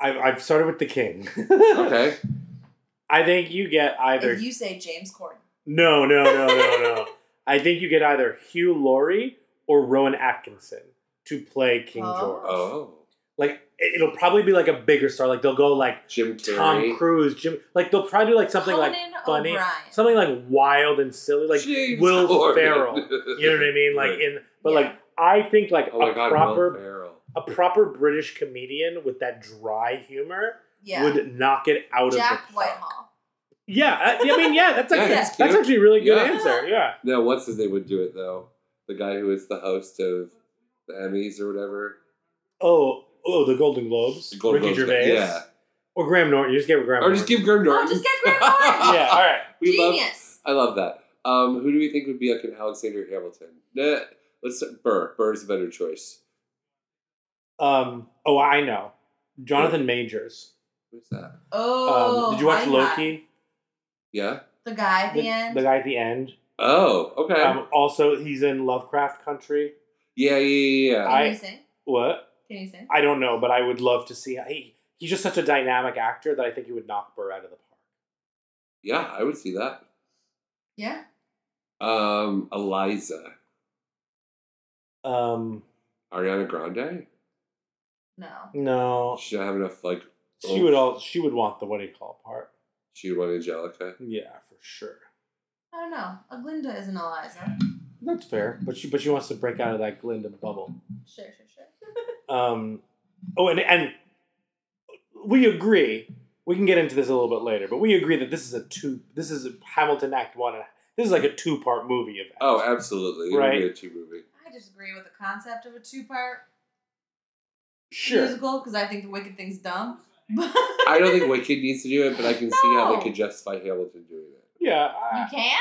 I've, I've started with the king.
Okay,
*laughs* I think you get either
If you say James Corden.
No, no, no, no, no. I think you get either Hugh Laurie or Rowan Atkinson to play King
Oh.
George.
oh,
Like it- it'll probably be like a bigger star. Like they'll go like
Jim Terry.
Tom Cruise, Jim. Like they'll probably do like something like
Conan
funny,
O'Brien.
something like wild and silly, like
James
Will
Corden.
Ferrell. You know
*laughs*
what I mean? Like
Right.
in, but
Yeah.
like I think like
Oh my
a
god,
proper
Will Ferrell.
a proper British comedian with that dry humor
Yeah.
would knock it out
Jack
of the park.
Whitehall.
Yeah, I, I mean, yeah, that's
*laughs* Yeah,
actually,
he's
that's
cute.
actually a really good
Yeah.
answer. Yeah.
No, what's his name would do it though? The guy who is the host of the Emmys or whatever.
Oh, oh, the Golden Globes.
The Golden
Ricky
Globes guy,
Gervais.
yeah.
Or Graham Norton. You just get Graham
Or just
Norton.
give Graham Norton.
Oh, just get
*laughs*
Graham Norton.
*laughs* Yeah, all right.
we love.
Genius.
I love that. Um, who do we think would be like an Alexander Hamilton? Nah, let's Burr. Burr's a better choice.
Um, oh, I know. Jonathan Majors.
Who's that?
Oh.
Um, did you watch
my God.
Loki?
Yeah.
The guy at the,
The,
end.
the guy at the end.
Oh, okay.
Um, also, he's in Lovecraft Country.
yeah, yeah, yeah, yeah.
Can
I-
you sing?
What?
Can you sing?
I don't know, but I would love to see. He, he's just such a dynamic actor that I think he would knock Burr out of the park.
yeah, I would see that.
Yeah.
Um, Eliza,
Um,
Ariana Grande.
No.
no,
She don't have enough like.
she would all. She would want the what do you call it part?
She would want Angelica.
Yeah, for sure.
I don't know. A Glinda isn't Eliza.
That's fair, but she but she wants to break out of that Glinda bubble.
Sure, sure, sure.
Um, oh, and and we agree. We can get into this a little bit later, but we agree that this is a two. This is a Hamilton Act One. and This is like a two part movie of.
Oh, absolutely. It would
Right.
be a two movie.
I disagree with the concept of a two part
sure.
musical because I think the Wicked thing's dumb. *laughs*
I don't think Wicked needs to do it, but I can see how
No.
they could justify Hamilton doing it.
Yeah.
you
I,
can.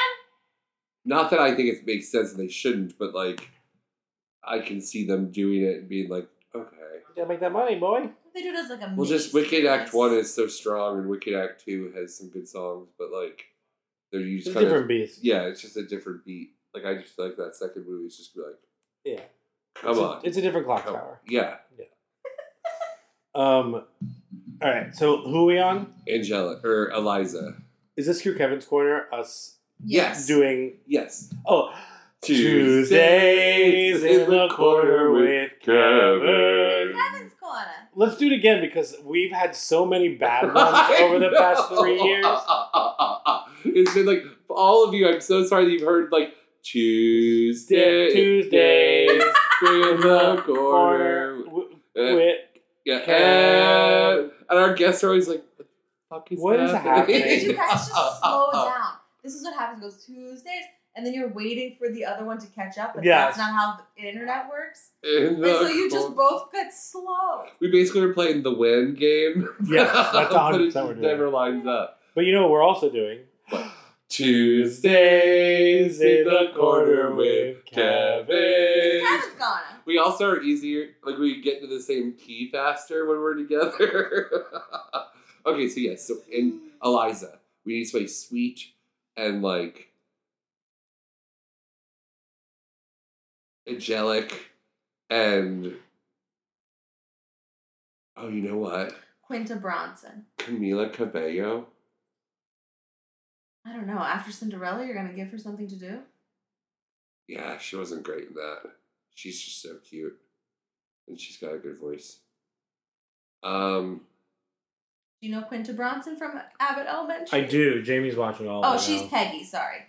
Not that I think it makes sense and they shouldn't, but like, I can see them doing it and being like, okay.
gotta make that money, boy.
They do it as like a.
Well, just
mini
Wicked Act
series.
1 is so strong and Wicked Act 2 has some good songs, but like, They're you
It's
just
a
kind
different
of
beast.
yeah, it's just a different beat. Like I just feel like that second movie is just gonna be like,
Yeah.
come
it's
on,
A, it's a different clock
come on.
tower.
Yeah,
Um, all right. So who are we on?
Angela or Eliza.
Is this through Kevin's corner? Us
Yes,
doing
yes.
oh Tuesdays in the corner with Kevin.
Kevin's corner.
Let's do it again because we've had so many
*laughs*
bad ones over the past three years.
It's been like all of you. I'm so sorry that you've heard like Tuesday,
Tuesdays
in the corner.
w-
Eh,
with
yeah,
Kev.
and, and our guests are always like, "What the fuck is
What is happening?
Did you guys
*laughs*
just slow down? This is what happens. It goes Tuesdays, and then you're waiting for the other one to catch up, and
Yes.
that's not how the internet works.
In
And
the
so you just
corner.
both got slow.
We basically are playing the win game.
Yes, that's
*laughs* But it
100%
just
we're doing.
never lines up.
But you know what we're also doing?
Tuesdays in the corner with
Kevin.
Kevin.
Kevin's gonna.
We also are easier, like we get to the same key faster when we're together. *laughs* okay, so yes, so in Eliza, we need somebody sweet and like angelic and oh, you know what?
Quinta Bronson.
Camila Cabello.
I don't know. After Cinderella, you're gonna give her something to do.
Yeah, she wasn't great in that. She's just so cute, and she's got a good voice. Um.
Do you know Quinta Bronson from Abbott Elementary?
I do. Jamie's watching all.
Oh,
of it
she's
now.
Peggy. Sorry,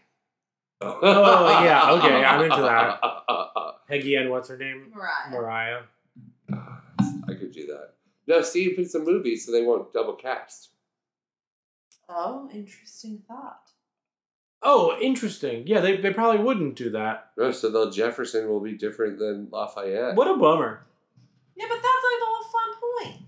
Oh, yeah, okay, I'm into that.
*laughs* I
Peggy and what's her name?
Mariah.
Mariah.
could do that. No, see if it's a movie, so they won't double cast.
Oh, interesting thought.
Oh, interesting. Yeah, they, they probably wouldn't do that.
No, so they'll Jefferson will be different than Lafayette.
What a bummer.
Yeah, but that's like the whole fun point.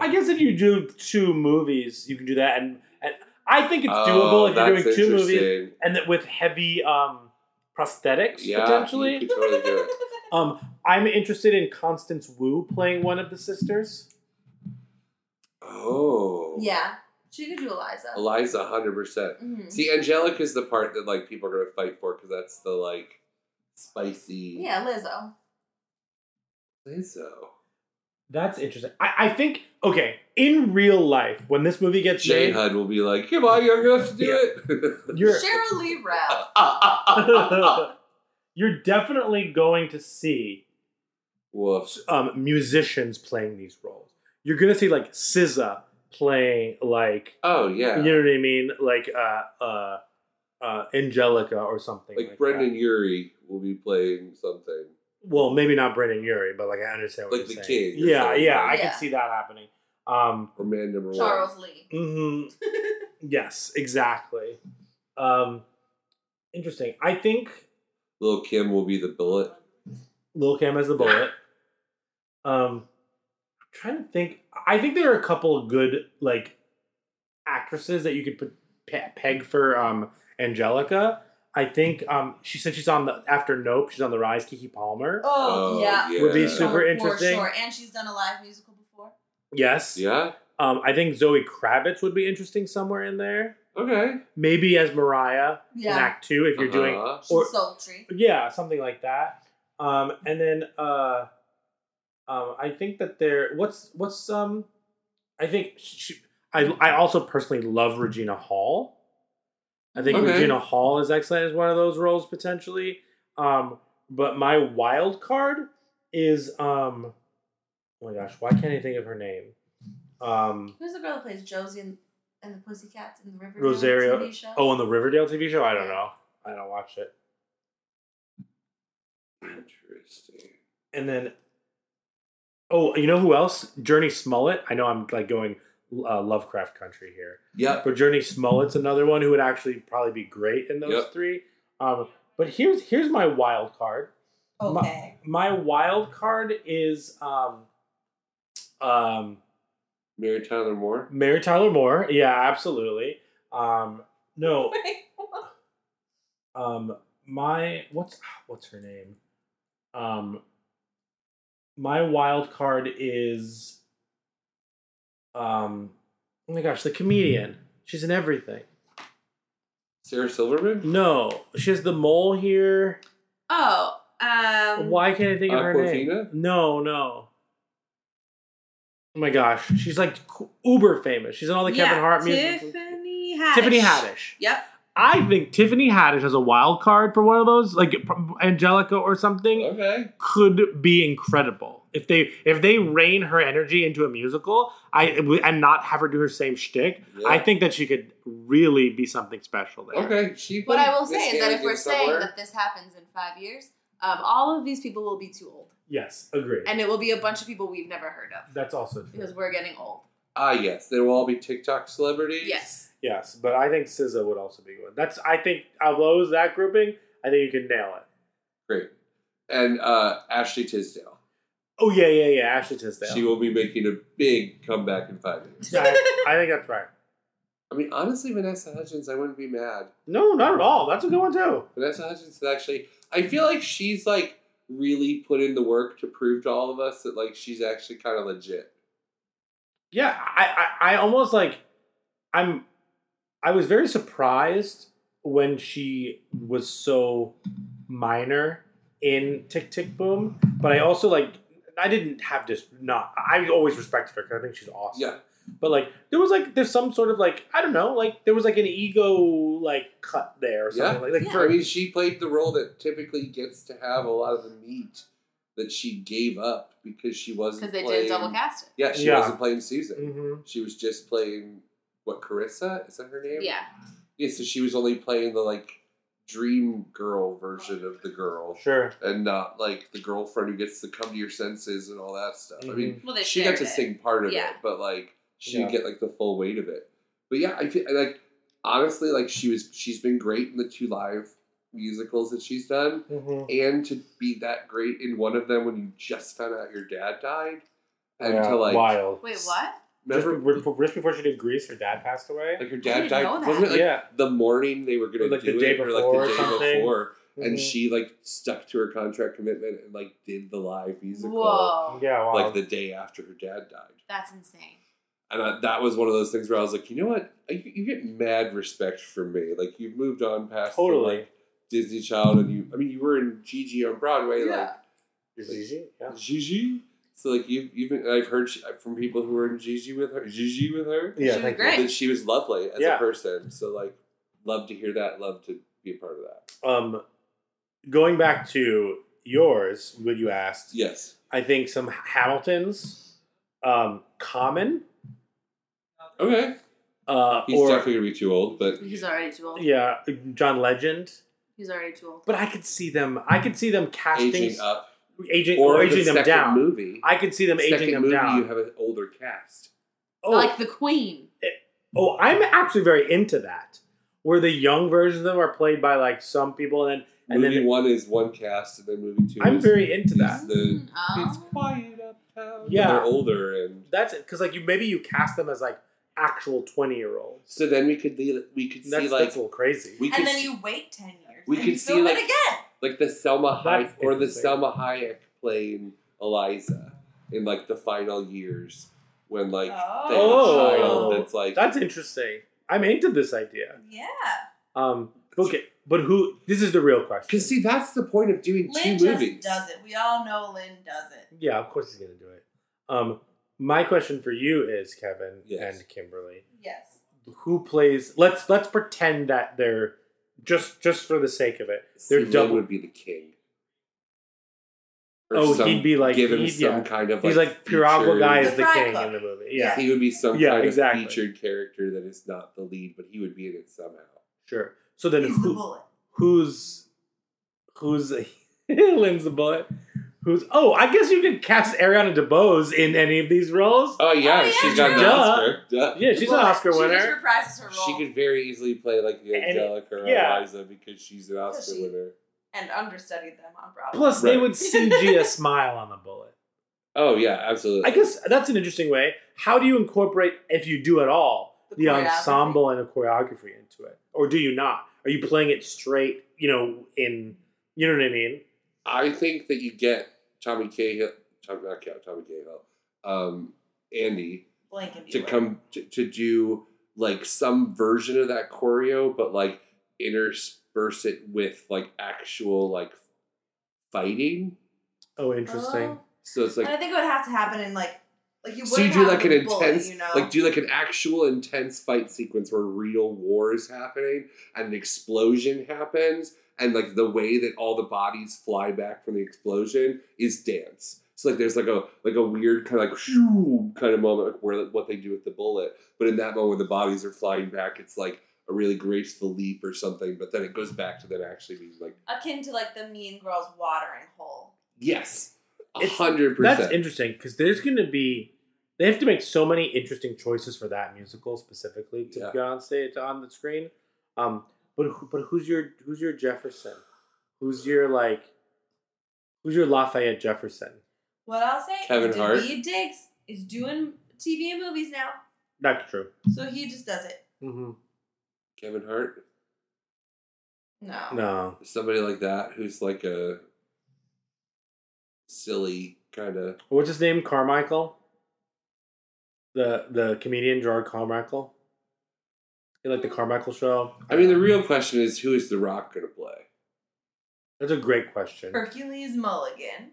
I guess if you do two movies, you can do that, and, and I think it's
Oh,
doable if you're doing
that's
two movies
interesting.
and that with heavy um, prosthetics
Yeah,
potentially.
you could totally
*laughs*
do it.
Um, I'm interested in Constance Wu playing one of the sisters.
Oh,
Yeah, she could do Eliza.
Eliza, hundred percent.
Mhm.
See, Angelica is the part that like people are gonna fight for because that's the like spicy.
Yeah, Lizzo.
Lizzo.
That's interesting. I, I think okay in real life when this movie gets
J
made,
HUD will be like, "Come on, you're gonna have to do
Yeah.
it."
*laughs*
Ah,
you're
*laughs*
Cheryl Lee Ralph.
*laughs* you're definitely going to see
Woof.
um, musicians playing these roles. You're gonna see like SZA playing like
Oh yeah.
you know what I mean, like uh, uh, uh, Angelica or something. Like,
like Brendan
that.
Urie will be playing something.
Well, maybe not Brendan Urie, but like I understand what
Like
you're
the
saying.
kid, you're
yeah,
saying,
yeah,
right?
I can
Yeah.
see that happening. Um,
Or man number
Charles Lee.
hmm
*laughs*
yes, exactly. Um, interesting. I think
one. Lil Kim will be the bullet.
Lil Cam has the bullet. Um, I'm trying to think. I think there are a couple of good like actresses that you could put pe- peg for um Angelica. I think um she said she's on the after Nope. She's on the rise. Kiki Palmer.
Oh, yeah.
Would be
yeah.
super
For
interesting.
Sure. And she's done a live musical before.
Yes.
Yeah.
Um, I think Zoe Kravitz would be interesting somewhere in there.
Okay.
Maybe as Mariah in
Yeah.
Act Two if you're doing
Uh-huh.
She's
or-
sultry.
yeah something like that. Um, and then uh, um, I think that there what's what's um, I think she, I I also personally love Regina Hall. I think
Okay.
Regina Hall is excellent as one of those roles potentially. Um, but my wild card is um, oh my gosh, why can't I think of her name? Um.
Who's the girl that plays Josie and, and the Pussycats in the River
Rosario-
TV show?
Oh, on the Riverdale TV show? I don't know. I don't watch it.
Interesting.
And then, oh, you know who else? Journey Smollett. I know I'm like going uh, Lovecraft country here,
Yep.
but Journey Smollett's another one who would actually probably be great in those
Yep.
three. Um, but here's here's my wild card.
okay.
My wild card is um, um,
Mary Tyler Moore.
Mary Tyler Moore. Yeah, absolutely. Um, no, um my what's *sighs* what's her name um my wild card is um oh my gosh the comedian she's in everything
Sarah Silverman?
No, she has the mole here.
Oh, um,
Why can't I think of her name?
Aquafina?
No, no. Oh my gosh, she's like uber famous. She's in all the
yeah,
Kevin Hart music.
Tiffany Haddish.
Tiffany Haddish.
Yep.
I think Tiffany Haddish as a wild card for one of those, like Angelica or something.
Okay.
could be incredible if they if they rein her energy into a musical. I and not have her do her same shtick.
Yeah.
I think that she could really be something special there.
Okay. She
What I
played
will say is
Miss
that if
Harrigan
we're saying
somewhere.
that this happens in five years, um, all of these people will be too old,
Yes, agree.
and it will be a bunch of people we've never heard of
That's also
because we're getting old.
Ah, yes. They will all be TikTok celebrities.
Yes.
Yes, but I think SZA would also be good. That's I think of those that grouping. I think you can nail it.
Great. And uh, Ashley Tisdale.
Oh yeah, yeah, yeah. Ashley Tisdale.
She will be making a big comeback in five years.
Yeah, I, I think that's right.
I mean, honestly, Vanessa Hudgens, I wouldn't be mad.
No, not at all. That's a good one too.
Vanessa Hudgens is actually. I feel like she's like really put in the work to prove to all of us that like she's actually kind of legit.
Yeah, I, I, I almost like I'm I was very surprised when she was so minor in Tick Tick Boom, but I also like I didn't have this not I always respected her because I think she's awesome.
Yeah.
But like there was like there's some sort of like I don't know, like there was like an ego like cut there or something
Yeah.
like like
I
for
mean, she played the role that typically gets to have a lot of the meat that she gave up because she wasn't
Because they
playing,
did double cast it.
Yeah, she
Yeah.
wasn't playing Susan.
Mhm.
She was just playing what Carissa is that her name?
Yeah.
Yeah, so she was only playing the like dream girl version of the girl,
sure.
and not like the girlfriend who gets to come to your senses and all that stuff.
Mm-hmm.
I mean,
Well, they
she got
shared
to
it.
sing part of
Yeah.
it, but like she would
Yeah.
get like the full weight of it. But yeah, I feel like honestly, like she was she's been great in the two live musicals that she's done,
Mhm.
and to be that great in one of them when you just found out your dad died, and
Yeah,
to like
wild.
Wait, what?
Just,
remember
be- just before she did Grease, her dad passed away.
like her
I
dad
didn't
died
know that.
wasn't it like
Yeah.
the morning they were gonna
Or, like,
do
the day
it
before
or
or
like the day
something.
before, and
Mhm.
she like stuck to her contract commitment and like did the live musical
Whoa.
yeah, wow.
like the day after her dad died.
That's insane.
And I, that was one of those things where I was like, you know what? Uh, You, you get mad respect from me. Like you've moved on past the,
Totally.
like, Disney Child, and you. I mean, you were in Gigi on Broadway,
Gigi, yeah.
like Gigi. So like you, you've been. I've heard she, from people who were in Gigi with her, Gigi with her,
Yeah,
She was
thank you.
great.
that she was lovely as
Yeah.
a person. So like, love to hear that. Love to be a part of that.
Um, going back to yours, what you asked,
Yes.
I think some Hamiltons, um, Common,
Okay.
uh,
He's
or
definitely gonna be too old, but
*laughs* He's already too old.
yeah, John Legend.
He's already too old.
But I could see them. I could see them casting
aging up
aging or,
the
aging them
second
down.
Movie.
I could see them
second
aging them
movie,
down.
You have an older cast.
oh,
Like the Queen.
oh, I'm actually very into that. Where the young versions of them are played by like some people, and and
movie
then
one is one cast, and then movie two.
I'm
is,
very into
is
that.
The,
Oh.
It's quiet uptown.
Yeah.
they're older, and
That's it, because like you maybe you cast them as like actual twenty year olds.
so then we could le- we could see
That's,
like
that's a little crazy.
we could
and then
see,
you wait 10 years.
we
and
could
you
see,
film
like-
it again.
like the Selma Hayek
That's
or the
interesting.
Selma Hayek playing Eliza in like the final years when like they have
Oh.
a child that's like
That's interesting. I'm into this idea.
Yeah.
Um, okay, but who? This is the real question.
because see that's the point of doing
Lynn just
two movies.
does it. We all know Lynn does it.
Yeah, of course he's gonna do it. Um, my question for you is Kevin
Yes.
and Kimberly,
Yes.
who plays? Let's let's pretend that they're just just for the sake of it,
See,
they're
Lynn
double.
would be the king. Or
Oh,
some-
he'd be like-
give him
he'd-
some
yeah.
kind of
he's like
featured-
Piragua guy is
The
the
fry
king
cook.
in the movie. Yeah,
He would be some
Yeah,
kind
exactly.
of featured character that is not the lead, but he would be in it somehow.
sure. So then
He's the
who?
bullet.
who's who's *laughs* Lynn's the bullet. Who's oh I guess you could cast Ariana DeBose in any of these roles.
Oh yeah,
Oh, yeah,
she's got an
Duh.
Oscar. Duh.
Yeah, she's an
Bullet.
Oscar winner.
She just reprises her role
She could very easily play like the
And-
Angelica or
yeah.
Eliza because she's an Oscar
she-
winner.
and understudied them on Broadway.
Plus, they
Right.
would
*laughs*
CG a smile on the bullet.
Oh yeah, absolutely.
I guess that's an interesting way. How do you incorporate, if you do at all,
The
the
choreography.
ensemble and the choreography into it, or do you not? Are you playing it straight? You know, in you know what I mean?
I think that you get Tommy Cahill, Tommy not Cahill, Tommy Cahill, um, Andy
Blank and
to
Bueller.
come to, to do like some version of that choreo, but like intersperse it with like actual like fighting.
Oh,
Um,
interesting.
Oh.
So it's
and I
like
think it would have to happen in like, like you would.
so you do like an
bully,
intense
you know?
like do like an actual intense fight sequence where real war is happening and an explosion happens and like the way that all the bodies fly back from the explosion is dance. So like there's like a like a weird kind of like shoo kind of moment where what they do with the bullet, but in that moment when the bodies are flying back, it's like a really graceful leap or something. But then it goes back to them actually being like
akin to like the Mean Girls watering hole.
yes, a
It's-
hundred
That's
percent.
interesting because there's going to be they have to make so many interesting choices for that musical specifically to
Yeah.
go on stage on the screen. Um, but who, but who's your who's your Jefferson? Who's your like? Who's your Lafayette Jefferson?
What I'll say
Kevin
is
Hart.
Daveed Diggs is doing TV and movies now,
That's true.
so he just does it.
Mm-hmm.
Kevin Hart.
No.
No,
somebody like that who's like a silly kind of
what's his name? Carmichael, the the comedian Gerard Carmichael. You like the Carmichael Show?
i mean the real question is who is the rock going to play
That's a great question.
Hercules Mulligan.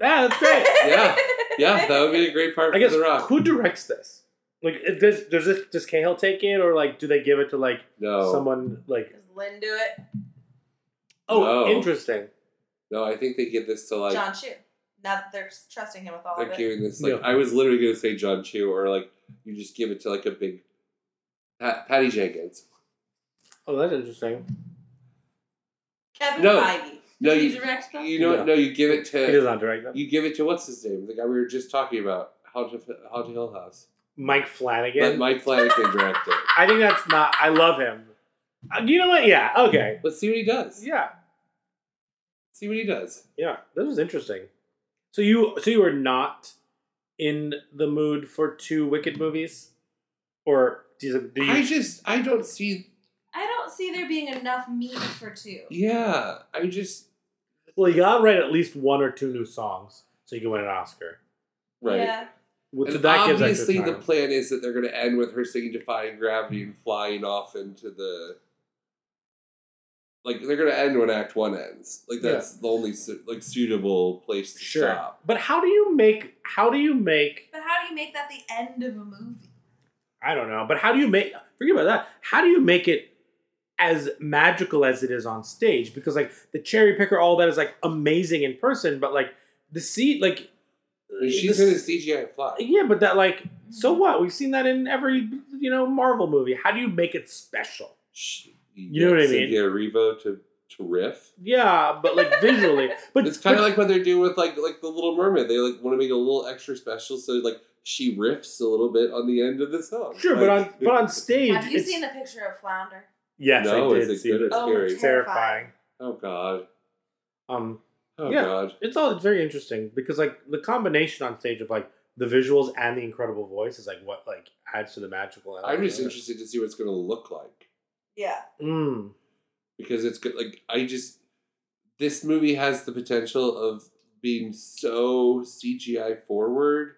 Yeah, that's great.
yeah yeah that would be a great part
I
for
guess
the rock
who directs this? Like, if this does this does Cahill take it, or like do they give it to like
no
someone like?
Does Lynn do it?
Oh,
No.
interesting.
no i think they give this to like
John Chu. Now that they're trusting him with all of
they're
it.
giving this like
Yeah.
i was literally going to say john chu or like you just give it to like a big Pat, patty jenkins
Oh, that's interesting.
Kevin
No.
Feige.
no
Did he
you,
direct them?
you know
Yeah.
no you give it
He does
to
not direct that.
you give it to what's his name the guy we were just talking about how to how to hill house
Mike
let
Flanagan.
mike flanagan direct it
I think that's not. I love him. Uh, You know what? Yeah. Okay.
let's see what he does
Yeah.
see what he does
Yeah. That was interesting. So you so you were not in the mood for two Wicked movies, or do you? Do you
I just I don't see.
I don't see there being enough meat for two.
Yeah, I just
well, you got to write at least one or two new songs so you can win an Oscar.
right.
Yeah.
Well,
And
So that gives extra
obviously, the
time.
plan is that they're going to end with her singing "Defying Gravity" and flying off into the. Like they're going to end when Act One ends. Like
Yeah.
that's the only su- like suitable place to stop.
But how do you make how do you make
But how do you make that the end of a movie?
I don't know, but how do you make forget about that. How do you make it as magical as it is on stage? Because like the cherry picker, all that is like amazing in person, but like the seat like
I mean, she's
the-
going to CGI fly.
Yeah, but that like so what? We've seen that in every you know Marvel movie. How do you make it special?
She-
You know what I mean?
Cynthia Erivo to to riff.
Yeah, but like
*laughs*
visually. But
It's kind
but-
of like what they're doing with like like the Little Mermaid. They like want to make it a little extra special, so like she riffs a little bit on the end of the song.
sure, but on
Like-
but
*laughs*
on stage
Have you
it's-
seen a picture of Flounder?
Yes,
No,
I
is
did
it
see
good or
it.
Oh,
scary?
it's
terrifying.
terrifying.
Oh god.
Um
Oh
Yeah.
god.
it's all it's very interesting because like the combination on stage of like the visuals and the incredible voice is like what like adds to the magical. element
I'm
Uh,
just
of it.
interested to see what it's going to look like
Yeah.
Mm.
because it's good. Like I just this movie has the potential of being so CGI forward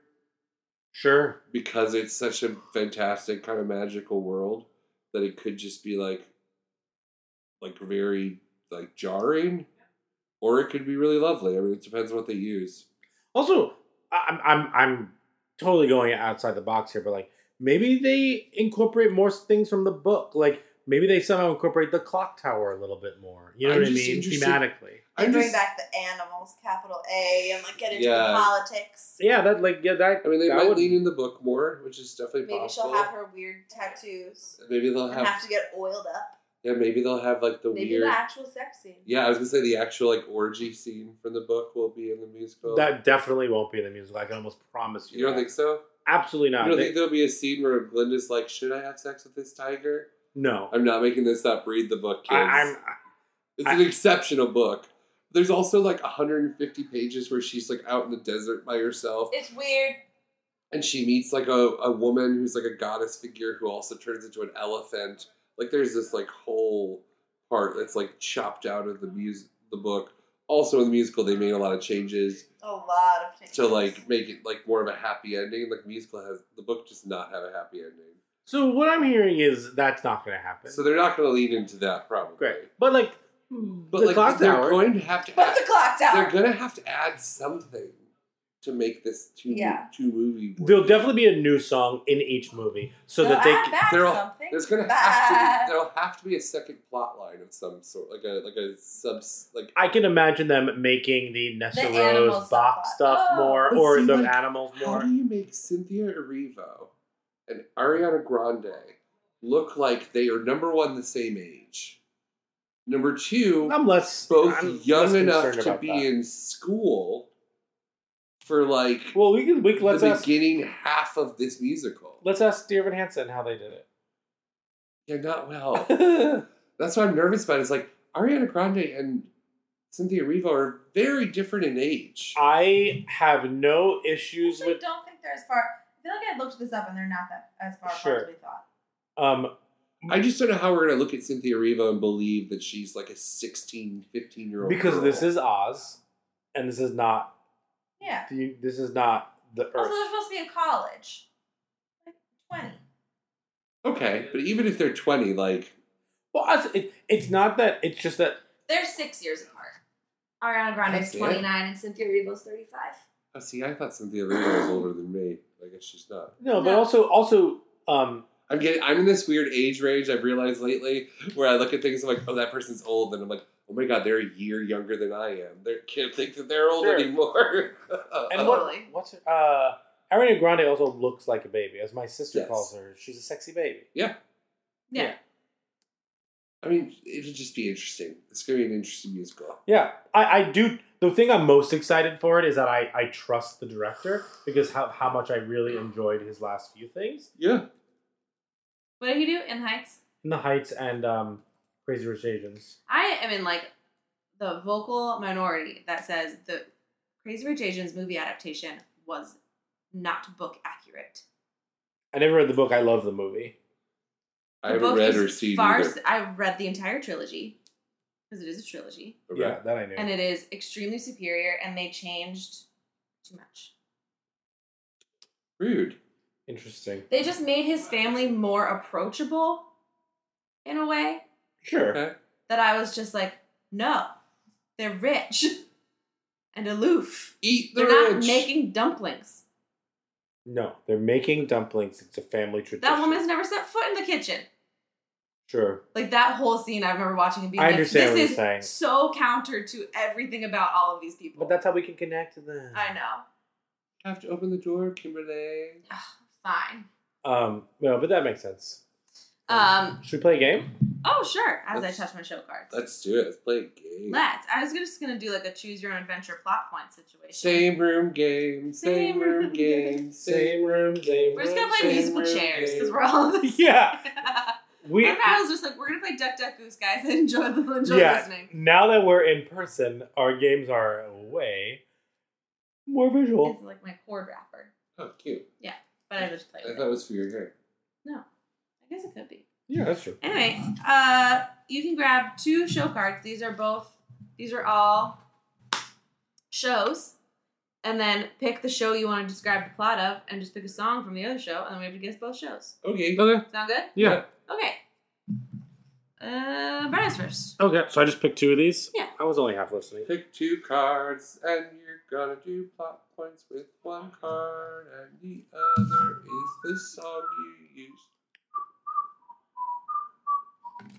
Sure.
because it's such a fantastic kind of magical world that it could just be like like very like jarring or it could be really lovely. I mean, it depends what they use.
Also, I- I'm I'm I'm totally going outside the box here, but like maybe they incorporate more things from the book. Like maybe they somehow incorporate the clock tower a little bit more. You know
I'm
what I
just
mean?
interested-
Thematically.
They
I'm
bring
just-
back the animals, capital A, and like get into
Yeah.
the politics.
Yeah, that like yeah that.
I mean, they
that
might
would-
lean in the book more, which is definitely
Maybe
possible.
she'll have her weird tattoos
Maybe they'll
and have to get oiled up.
Yeah, maybe they'll have like the
Maybe
weird.
the actual sex scene.
Yeah, I was gonna say the actual like orgy scene from the book will be in the musical.
that definitely won't be in the musical. I can almost promise you.
you don't
that.
think so?
Absolutely not.
you don't
They-
think there'll be a scene where Glinda's like, "Should I have sex with this tiger?"
no.
I'm not making this up. Read the book, kids.
I, I'm
it's
I-
an exceptional book. There's also like 150 pages where she's like out in the desert by herself,
It's weird.
and she meets like a, a woman who's like a goddess figure who also turns into an elephant. Like there's this like whole part that's like chopped out of the mus the book. Also in the musical, they made a lot of changes.
A lot of changes.
to like make it like more of a happy ending. Like musical has the book does not have a happy ending.
So what I'm hearing is that's not going to happen.
So they're not going to lean into that probably.
Great, but like,
But
the
like
clock
they're
tower.
going to have to
But
add,
the clock
they're
tower.
going to have to add something to make this two
Yeah.
two movie. work.
there'll definitely be a new song in each movie so
They'll
that they.
add
c-
back
They're all-
something.
There's
*laughs*
gonna have to be, there'll have to be a second plot line of some sort, like a like a sub like
I can imagine them making the Nessa
The animal
Rose Bach
subplot.
stuff
Oh.
more,
But
or
see,
the
like,
animals
How
more.
do you make Cynthia Erivo and Ariana Grande look like they are number one the same age? Number two,
I'm less
both
I'm less
young enough
concerned
to
about
be
that.
in school for like
Well, we can we can, let's
the
ask
beginning half of this musical.
let's ask Dear Evan Hansen how they did
They're
*laughs*
not well.
it.
That's what I'm nervous about. Is like Ariana Grande and Cynthia Erivo are very different in age.
I have no issues
Actually,
with
don't think they're as far. I feel like I looked this up and they're not that as far apart
Sure.
as we thought.
um
I just don't know how we're going to look at Cynthia Erivo and believe that she's like a 16, 15 year old.
because
girl.
this is Oz, and this is not
Yeah.
the- this is not the
Also, they're
Earth.
supposed to be in college. Like 20.
Okay, but even if they're 20, like,
Well, Oz, it, it's not that. It's just that
They're six years apart. Ariana Grande's
That's it?
29 and Cynthia Erivo's 35.
oh, see, I thought Cynthia Erivo was older than me. I guess she's not.
no, but
No.
also also um
I'm getting, I'm in this weird age range I've realized lately where I look at things, I'm like, oh, that person's old. And I'm like, oh my God, they're a year younger than I am. They can't think that they're old
Sure.
anymore. *laughs*
and
Totally.
what what's her, uh Ariana Grande also looks like a baby, as my sister
Yes.
calls her. She's a sexy baby.
Yeah.
Yeah.
I mean, it'll just be interesting. It's going to be an interesting musical.
Yeah, I, I do. The thing I'm most excited for it is that I, I trust the director because how, how much I really enjoyed his last few things
Yeah.
What did he do? In Heights?
in the Heights and um, Crazy Rich Asians.
I am in like the vocal minority that says the Crazy Rich Asians movie adaptation was not book accurate.
I never read the book. I love the movie.
I
The
haven't
book
read
is
or seen
far
either.
s- I read the entire trilogy because it is a trilogy,
Okay.
Yeah, that I knew.
and it is extremely superior. And they changed too much.
Rude.
Interesting.
They just made his family more approachable in a way
Sure.
Okay.
that I was just like, no, they're rich and aloof.
Eat the
They're not
rich.
making dumplings.
No, they're making dumplings. It's a family tradition.
That woman's never set foot in the kitchen.
sure.
Like that whole scene, I remember watching and being
I
like,
understand
"This
what you're
is
saying."
so counter to everything about all of these people."
But that's how we can connect to them.
I know.
Have to open the
*sighs*
door, Kimberly.
Fine.
Um, no, but that makes sense.
Um.
Should we play
*laughs*
a game?
Oh, sure. As
Let's-
I touch my show cards.
Let's do it. Let's play a game.
Let's. I was just gonna do like a choose your own adventure plot point situation.
Same room game. Same,
Same
room,
*laughs* room
game. Same.
room, same
We're just gonna play
Same
musical
room,
chairs
game.
because we're all. The same.
Yeah.
*laughs*
We.
Remember I was just like, we're gonna play Duck Duck Goose, guys. *laughs* Enjoy the enjoy
yeah.
listening.
Now that we're in person, our games are way more visual.
It's like my cord wrapper,
Oh, cute.
but I just play
I
with
thought it
it.
was for your hair.
I guess it could be.
Yeah, that's true.
Anyway, uh, you can grab two show cards. These are both. These are all shows, and then pick the show you want to describe the plot of, and just pick a song from the other show, and then we have to guess both shows.
Okay.
Okay.
Sound good?
Yeah.
Okay. Uh, Brennan's first.
Okay. So I just picked two of these.
Yeah.
I was only half listening.
Pick two cards, and you're gonna do plot points with one card, and the other is the song you used.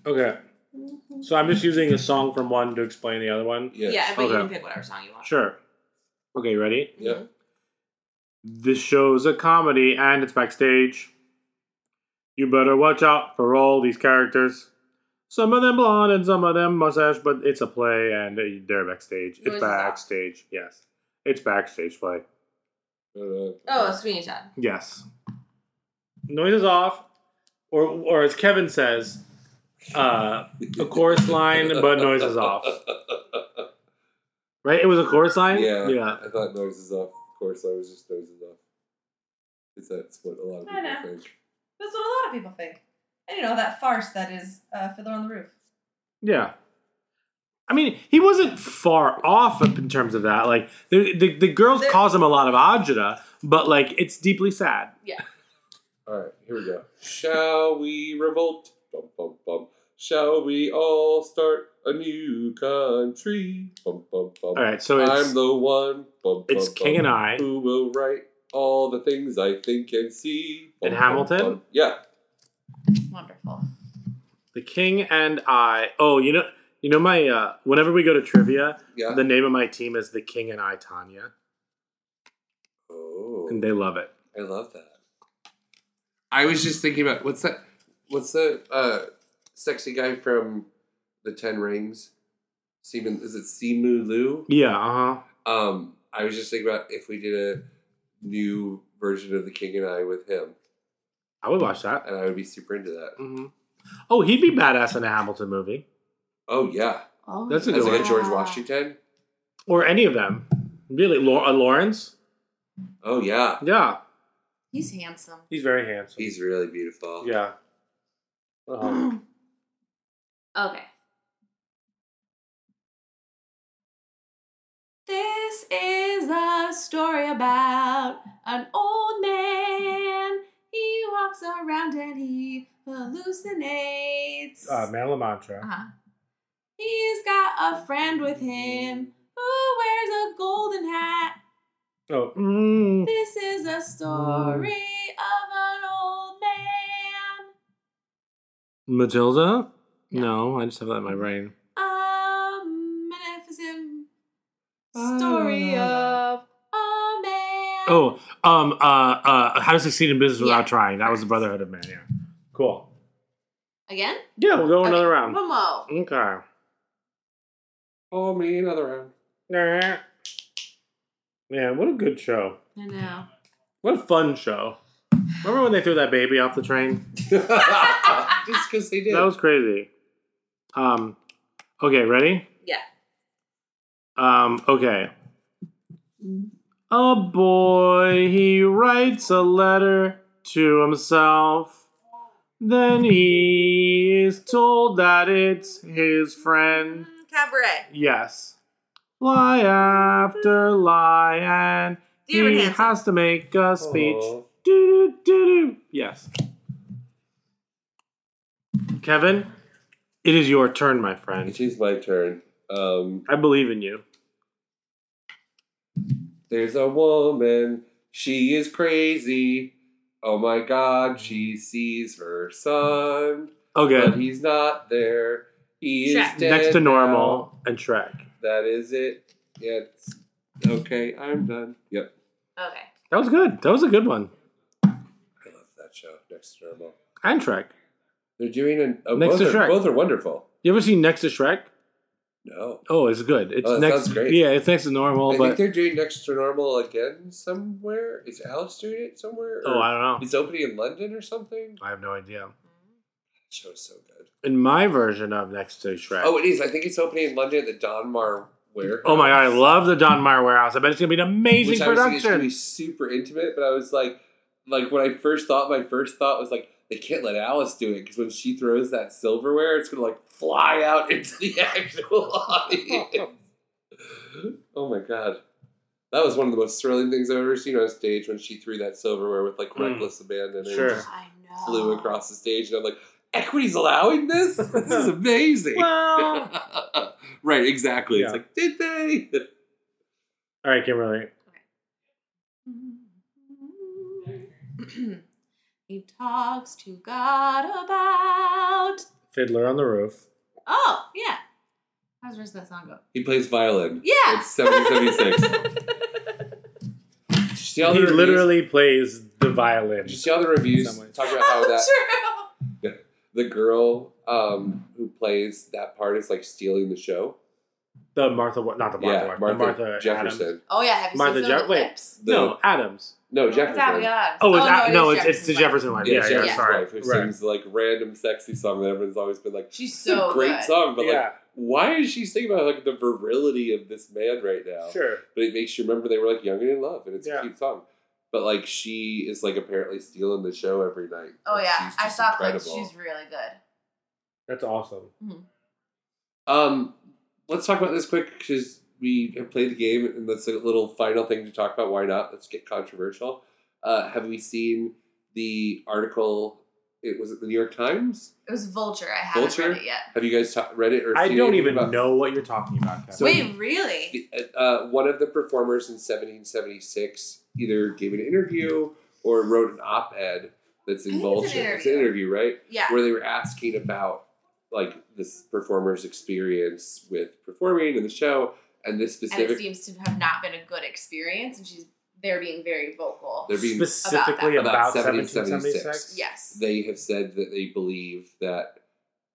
Okay. So I'm just using a song from one to explain the other one.
Yes.
Yeah, but you
Okay.
can pick whatever song you want.
Sure. Okay, you ready?
Yeah.
Mhm.
This show's a comedy and it's backstage. You better watch out for all these characters. Some of them blonde and some of them mustache, but it's a play and they're backstage.
Noises
It's
off.
backstage. Yes. It's backstage play.
Uh,
Oh, Sweeney Todd.
Yes. Noise is off, or or as Kevin says, uh, a chorus line, but noise is off. Right? It was a chorus line.
yeah.
Yeah.
I thought noise is off. Of course, I was just noise is off. Because that's what a lot of
I
people
know.
think.
That's what a lot of people think. And you know, that farce that is uh, Fiddler on the Roof.
Yeah. I mean, he wasn't far off in terms of that. Like the the, the girls
There-
cause him a lot of agita, but like it's deeply sad.
All All right, here we go. Shall we revolt? Bum, bum, bum. Shall we all start a new country? Bum, bum, bum.
All right, so it's
I'm the one. Bum,
it's
bum,
King
bum,
and I.
Who will write all the things I think and see?
In Hamilton?
Yeah.
Wonderful.
the King and I. Oh, you know, you know my. Uh, whenever we go to trivia,
Yeah.
the name of my team is the King and I Tanya,
oh,
and they love it.
I love that. I was just thinking about what's that? What's the uh, sexy guy from the Ten Rings? Seaman is it Simu Lu?
Yeah, uh huh.
Um, I was just thinking about if we did a new version of The King and I with him,
I would watch that.
and I would be super into that.
hmm Oh, he'd be badass in a Hamilton movie
Oh yeah,
Oh,
That's a
as
good
like
one.
a George Washington.
or any of them. Really, Lau- uh, Lawrence.
Oh yeah,
Yeah,
He's handsome.
he's very handsome.
he's really beautiful.
yeah. *clears throat* Uh-huh.
Okay. This is a story about an old man. He walks around and he hallucinates.
Uh, Manila Mantra.
Uh-huh. He's got a friend with him who wears a golden hat.
Oh, mm,
This is a story of an old man.
Matilda. No, I just have that
Mm-hmm.
in my brain.
a magnificent story
Ah.
of a man.
Oh, um, uh, uh, How to Succeed in Business Without
Yeah.
Trying. That was the Brotherhood of Man. Yeah, cool.
Again?
Yeah, we'll go
Okay.
another round.
One more.
Okay.
Oh me another
*laughs*
round. *laughs*
Man, what a good show.
I know.
What a fun show. Remember when they threw that baby off the train?
just because they did.
That was crazy. Um, okay, ready?
Yeah.
Um, okay. A boy, he writes a letter to himself. Then he is told that it's his friend.
Mm, Cabaret.
Yes. Lie after lie, and
Dear
he
Hanson.
has to make a
Aw.
speech. Do do do do. Yes. Kevin, it is your turn, my friend.
It is my turn. Um,
I believe in you.
There's a woman, she is crazy. Oh my god,
Mm-hmm.
she sees her son, but
Okay.
he's not there. He
Shrek.
is dead
Next to
now.
normal and Shrek.
That is it. Yeah, it's okay, I'm done. Yep,
Okay.
That was good. That was a good one.
I love that show. Next to normal.
And Shrek.
They're doing an. Oh,
Next
both,
to
are,
Shrek.
both are wonderful.
You ever seen Next to Shrek?
No,
Oh, it's good. It's
Oh, that
next.
sounds great.
Yeah, it's next to normal,
I think
but
they're doing Next to Normal again somewhere. Is Alex doing it somewhere?
oh,
Or
I don't know.
It's opening in London or something. That
I have no idea.
show is so good.
In my version of Next to Shrek.
Oh, it is. I think it's opening in London at the Donmar Warehouse.
Oh my god, I love the Don Meyer warehouse. I bet it's gonna be an amazing
Which I was thinking it's going to
production.
be super intimate, but I was like, like when I first thought, my first thought was like, they can't let Alice do it because when she throws that silverware, it's going to like fly out *laughs* into the actual audience. *laughs* oh my god, that was one of the most thrilling things I've ever seen on stage when she threw that silverware with like
Mm.
reckless abandon
Sure.
and just
I know.
flew across the stage, and I'm like, equity's allowing this?
*laughs*
This is amazing. *laughs*
Well,
right, exactly.
Yeah.
It's like, did they?
all right, Kimberly.
*clears throat* he talks to God about.
Fiddler on the Roof.
Oh, yeah. How's the rest of that song go?
He plays violin.
Yeah. *laughs*
It's 1776. Did you see all
he
the reviews?
literally plays the violin.
Did you see all the reviews
Someone-
talk about how
*laughs*
that
True.
the girl um, who plays that part is like stealing the show?
The Martha, Wa- not the Martha,
yeah,
Wa- the
Martha,
Martha
Jefferson.
Adams.
Oh, yeah. Have you
Martha
seen some of
Je-
the
wait.
clips?
The-
no, Adams.
No,
It's not
Jefferson.
God.
Oh, it's
no,
Ad-
it
no,
is
it's, it's the
Jefferson's
Jefferson wife.
Yeah,
Yeah, yeah,
Jefferson's
sorry.
wife who
Right.
sings like random sexy song that everyone's always been like,
She's
"This is
so
a great
good.
song," but like,
yeah,
why is she singing about like the virility of this man right now?
sure.
but it makes you remember they were like young and in love, and it's
Yeah.
a cute song. But like she is like apparently stealing the show every night.
Oh
Like,
yeah,
she's
I
just
saw clips.
incredible.
She's really good.
That's awesome.
Um, let's talk about this quick because we have played the game, and that's a little final thing to talk about. Why not? Let's get controversial. Uh, have we seen the article. It was it the New York Times.
It was Vulture. I haven't
Vulture?
read it yet.
Have you guys ta- read it or?
I
seen
don't
anything
even
about-
know what you're talking about, Kevin.
So-
Wait, really?
Uh, one of the performers in 1776 either gave an interview or wrote an op-ed that's
I think it's
in
an
Vulture. It's an
interview.
interview, right?
Yeah.
where they were asking about like this performer's experience with performing in the show and this
And it
specific
seems to have not been a good experience, and she's they're being very vocal.
they're being
specifically
about that.
about,
About
1776.
Yes.
they have said that they believe that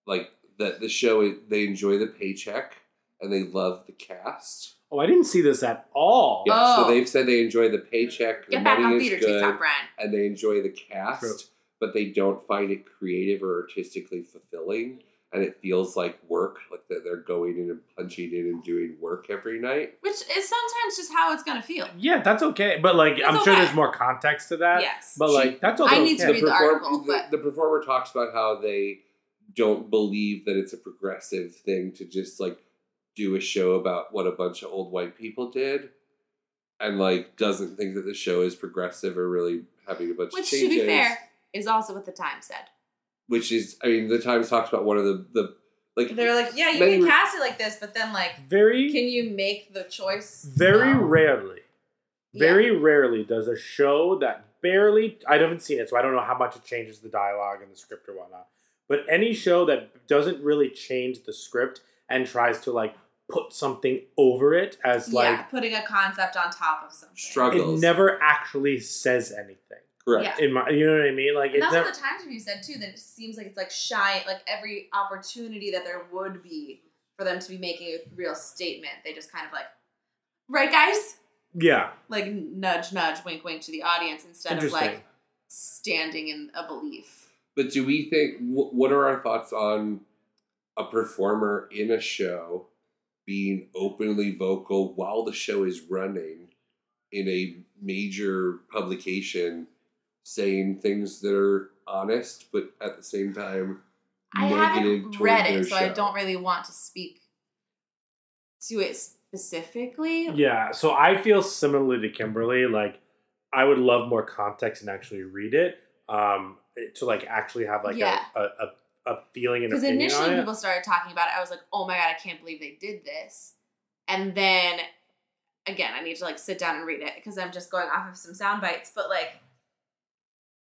like that the show they enjoy the paycheck and they love the cast.
Oh, I didn't see this at all.
Yeah, so
Oh.
they've said they enjoy the paycheck, the
Get back on
money is
theater
good,
TikTok, Brian.
and they enjoy the cast,
True.
but they don't find it creative or artistically fulfilling. And it feels like work, like that they're going in and punching in and doing work every night.
Which is sometimes just how it's gonna feel.
Yeah, that's okay. But like,
That's
I'm sure
okay.
there's more context to that.
Yes.
But like, that's also
I need to
okay.
read the article, but-
the performer talks about how they don't believe that it's a progressive thing to just like do a show about what a bunch of old white people did, and like doesn't think that the show is progressive or really having a bunch
Which,
of
to
changes.
be fair, is also what the Times said.
which is, I mean, the Times talks about one of the the like
They're like, yeah, you
Many
can
re-
cast it like this, but then like,
very,
Can you make the choice?
very
No.
rarely,
Yeah.
very rarely does a show that barely, I haven't seen it, so I don't know how much it changes the dialogue and the script or whatnot. But any show that doesn't really change the script and tries to like put something over it as
yeah,
like,
putting a concept on top of something.
struggles.
it never actually says anything.
correct.
Yeah.
In my, you know what I mean? Like,
And
it's
that's
never,
what the Times review said too. That it seems like it's like shy, like every opportunity that there would be for them to be making a real statement, they just kind of like, right, guys,
yeah,
like nudge, nudge, wink, wink to the audience instead of
interesting.
like standing in a belief.
But do we think? Wh- what are our thoughts on a performer in a show being openly vocal while the show is running in a major publication, saying things that are honest, but at the same time
I
negative
haven't
toward
read
their
it, so I
show?
don't really want to speak to it specifically.
Yeah, so I feel similarly to Kimberly. Like, I would love more context and actually read it um, to like actually have like
Yeah.
a, a, a, a feeling and
Because
opinion on
initially
it.
people started talking about it. I was like, oh my God, I can't believe they did this. And then again, I need to like sit down and read it because I'm just going off of some sound bites. But like,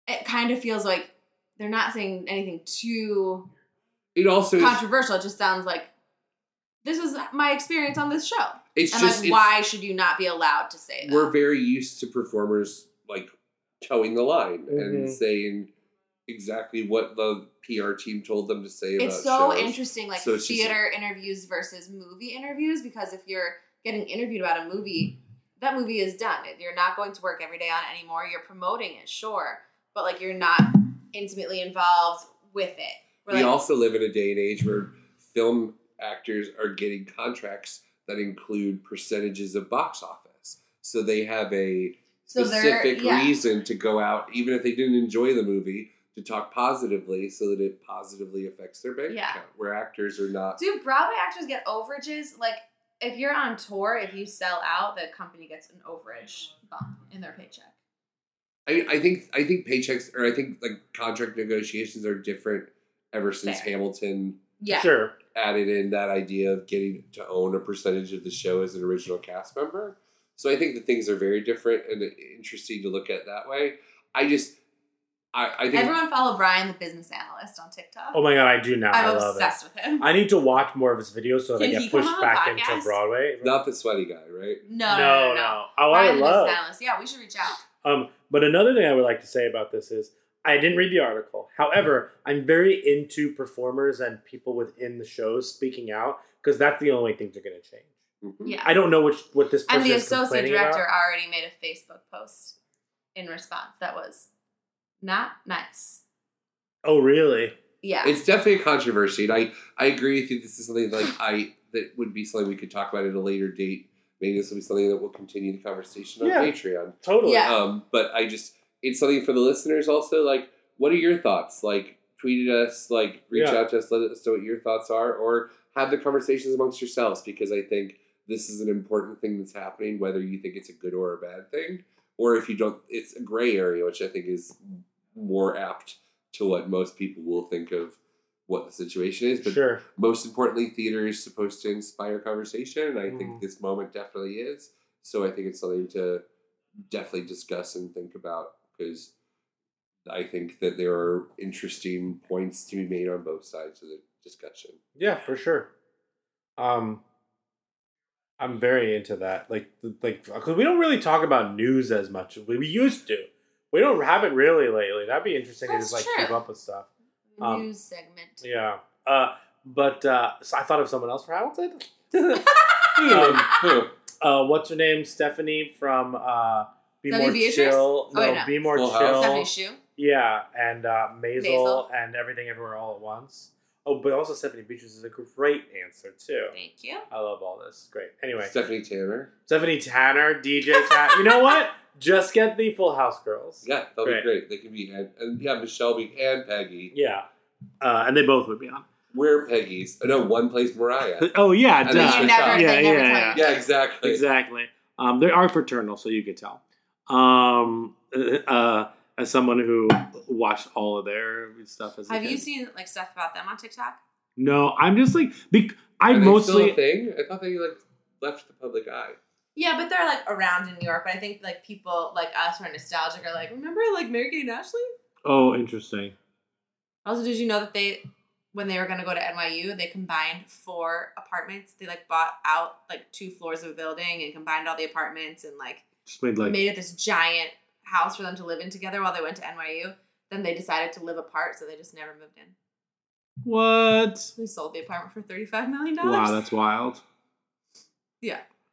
it kind of feels like they're not saying anything too
It also is,
controversial. It just sounds like this is my experience on this show.
it's
And
just
like,
it's-
why should you not be allowed to say that?
we're very used to performers like towing the line and
Mhm.
saying exactly what the PR team told them to say.
it's so
about shows.
interesting like
So it's just-
theater interviews versus movie interviews because if you're getting
Mm.
interviewed about a movie that movie is done you're not going to work every day on it anymore you're promoting it sure but like you're not intimately involved with it We're
we
like,
also live in a day and age where film actors are getting contracts that include percentages of box office. So they have a
so they're
specific
yeah.
reason to go out, even if they didn't enjoy the movie, to talk positively so that it positively affects their bank
Yeah.
account. Where actors are not.
do broadway actors get overages like if you're on tour if you sell out the company gets an overage bump in their paycheck
I, I think I think paychecks or I think like contract negotiations are different ever since
Fair.
Hamilton
yeah
Sure.
added in that idea of getting to own a percentage of the show as an original cast member. So I think the things are very different and interesting to look at that way. I just, I, I think
everyone follow brian the business analyst on tiktok
Oh my god, I do now. i
i'm
love
obsessed with him
it. I need to watch more of his videos so that
Can
I
he
get
come
pushed
on the
back
podcast?
into Broadway.
not the sweaty guy, right?
No, no, no. no.
Oh, I
Brian the
love.
business analyst. Yeah, we should reach out.
Um, but another thing I would like to say about this is I didn't read the article. However, I'm very into performers and people within the shows speaking out because that's the only things that are going to change.
Mhm.
Yeah.
I don't know which what this person
And the
is
associate
complaining
director
about.
already made a Facebook post in response that was not nice.
Oh, really?
Yeah.
It's definitely a controversy, and I, I agree with you. This is something like I that would be something we could talk about at a later date. Maybe this will be something that will continue the conversation on
Yeah.
Patreon.
Totally.
Yeah.
Um, but I just it's something for the listeners also. Like, what are your thoughts? Like, tweet at us. Like, reach
Yeah.
out to us. Let us know what your thoughts are, or have the conversations amongst yourselves because I think this is an important thing that's happening, whether you think it's a good or a bad thing, or if you don't. It's a gray area, which I think is more apt to what most people will think of what the situation is. But
sure.
most importantly, theater is supposed to inspire conversation, and I think this moment definitely is. So I think it's something to definitely discuss and think about because I think that there are interesting points to be made on both sides of the discussion.
Yeah, for sure. Um, I'm very into that. Like, like, because we don't really talk about news as much. We, we used to. We don't have it really lately. That'd be interesting
That's
to just like
true.
keep up with stuff. Um,
News segment.
Yeah. Uh, but uh, so I thought of someone else
*laughs*
for Hamilton. *laughs* um,
Um,
uh, what's her name? Stephanie from uh, Be
Stephanie
More
Beatrice?
Chill.
Oh,
No,
wait, no.
Be More
Full House.
Chill.
Stephanie Shu.
Yeah, and uh, Maisel,
Maisel.
and everything everywhere all at once. Oh, but also Stephanie Beatrice is a great answer too.
Thank you.
I love all this. Great. Anyway,
Stephanie Tanner.
Stephanie Tanner, DJ Tanner. you know what? Just get the Full House girls.
Yeah, that'll
Great.
be great. They can be and, and yeah, Michelle be and Peggy.
Yeah. Uh, and they both would be on.
We're Peggy's. No, one
*laughs*
plays Mariah.
Oh yeah,
And
duh.
then
But
Yeah.
you never,
Yeah,
they never
yeah,
tell
yeah.
you.
yeah, exactly.
Exactly. Um, they are fraternal, so you could tell. Um, uh, as someone who watched all of their stuff as a
Have you
kid.
seen like stuff about them on TikTok?
No, I'm just like bec- I
Are they still
mostly
a thing. I thought they like left the public eye.
Yeah, but they're like around in New York. But I think like people like us who are nostalgic are like, remember like Mary Kate and Ashley?
Oh, interesting.
Also, did you know that they, when they were going to go to NYU, they combined four apartments. They like bought out like two floors of a building and combined all the apartments and like,
Just made like
made it this giant house for them to live in together while they went to NYU. Then they decided to live apart, so they just never moved in.
what?
They sold the apartment for thirty-five million dollars.
Wow, that's wild.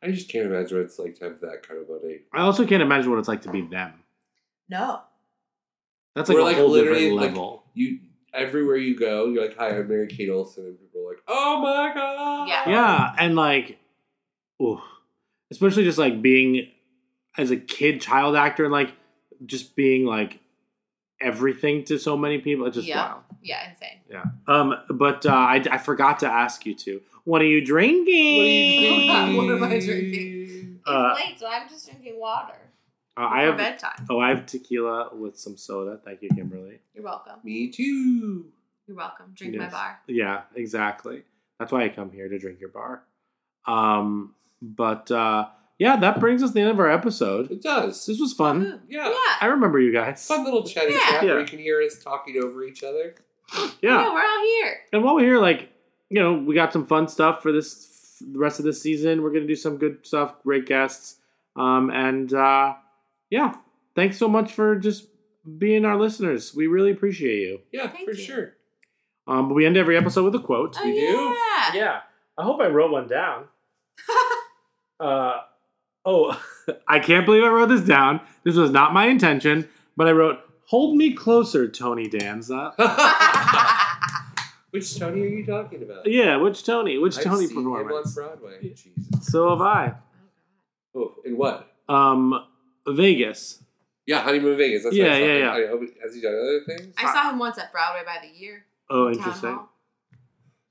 I just can't imagine what it's like to have that kind of money.
I also can't imagine what it's like to be them.
no.
That's like
We're,
a
like,
whole different
literally, like-
level.
You everywhere you go, you're like, "Hi, I'm Mary Kate Olsen," and people are like, "Oh my god!"
Yeah.
yeah, and like, oof. especially just like being as a kid, child actor, and like just being like everything to so many people. It's just
Yeah.
wild.
Yeah, insane.
Yeah. Um. But uh, I I forgot to ask you two. What are you drinking?
What are
*laughs*
you drinking?
What am I drinking?
Uh,
late, so I'm just drinking water.
uh, I have
bedtime.
oh I have tequila with some soda. Thank you, Kimberly.
You're welcome.
Me too.
You're welcome. Drink my
Yes.
bar.
Yeah, exactly. That's why I come here to drink your bar. Um, but uh, yeah, that brings us to the end of our episode.
It does.
This was fun.
Woohoo.
Yeah.
Yeah.
I remember you guys.
Fun little chatty
Yeah.
chat where
Yeah.
you can hear us talking over each other.
Yeah,
Yeah, we're all here.
and while we're here, like you know, we got some fun stuff for this the rest of this season. We're gonna do some good stuff, great guests, um, and uh, yeah, thanks so much for just being our listeners. We really appreciate you.
Yeah,
Thank
for
you. *laughs*
sure.
Um, but we end every episode with a quote.
Oh,
We do?
yeah.
Yeah, I hope I wrote
*laughs*
one down. uh, oh, *laughs* I can't believe I wrote this down. This was not my intention, but I wrote, "Hold me closer, Tony Danza."
Which Tony are you talking about?
Yeah, which Tony? Which
I've
Tony
seen him on
performance?
Broadway. Jesus.
So have I.
Oh, and what?
Um, Vegas.
Yeah, Honeymoon Vegas. That's what I
Yeah,
was
yeah,
talking about. I hope- has he done other things?
I saw him once at Broadway by the year.
Oh,
Town
interesting.
Hall.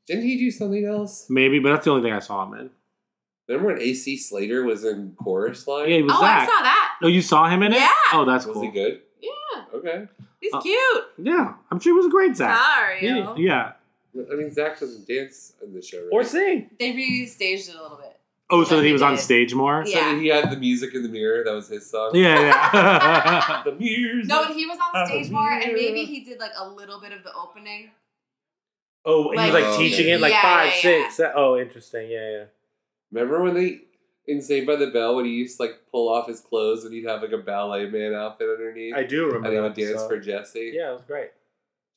Didn't he do something else?
Maybe, but that's the only thing I saw him in.
Remember when AC Slater was in Chorus Line?
Yeah, he
Oh,
was
I
that.
saw that.
Oh, you saw him in it?
Yeah.
Oh, that's
was
cool.
he good?
Yeah,
Okay.
he's
Uh,
cute.
Yeah, I'm sure he was a great Zach.
Sorry.
Yeah, yeah.
I mean, Zach doesn't dance on the show. Right?
sing.
They restaged it a little bit.
Oh, so that he was on
Yeah.
stage more.
So
Yeah.
he had the music in the mirror. That was his song.
Yeah,
*laughs*
yeah. *laughs*
The mirrors.
No, but he was
Oh,
on stage more, and
yeah.
maybe he did like a little bit of the opening.
oh, he was
Like-
like teaching it like
Yeah,
five,
yeah, yeah.
six. se- Oh, interesting. Yeah, yeah.
Remember when they in Saved by the Bell when he used to like pull off his clothes and he'd have like a ballet man outfit underneath,
I do remember.
and they would
that
dance
song.
for Jesse
Yeah, it was great.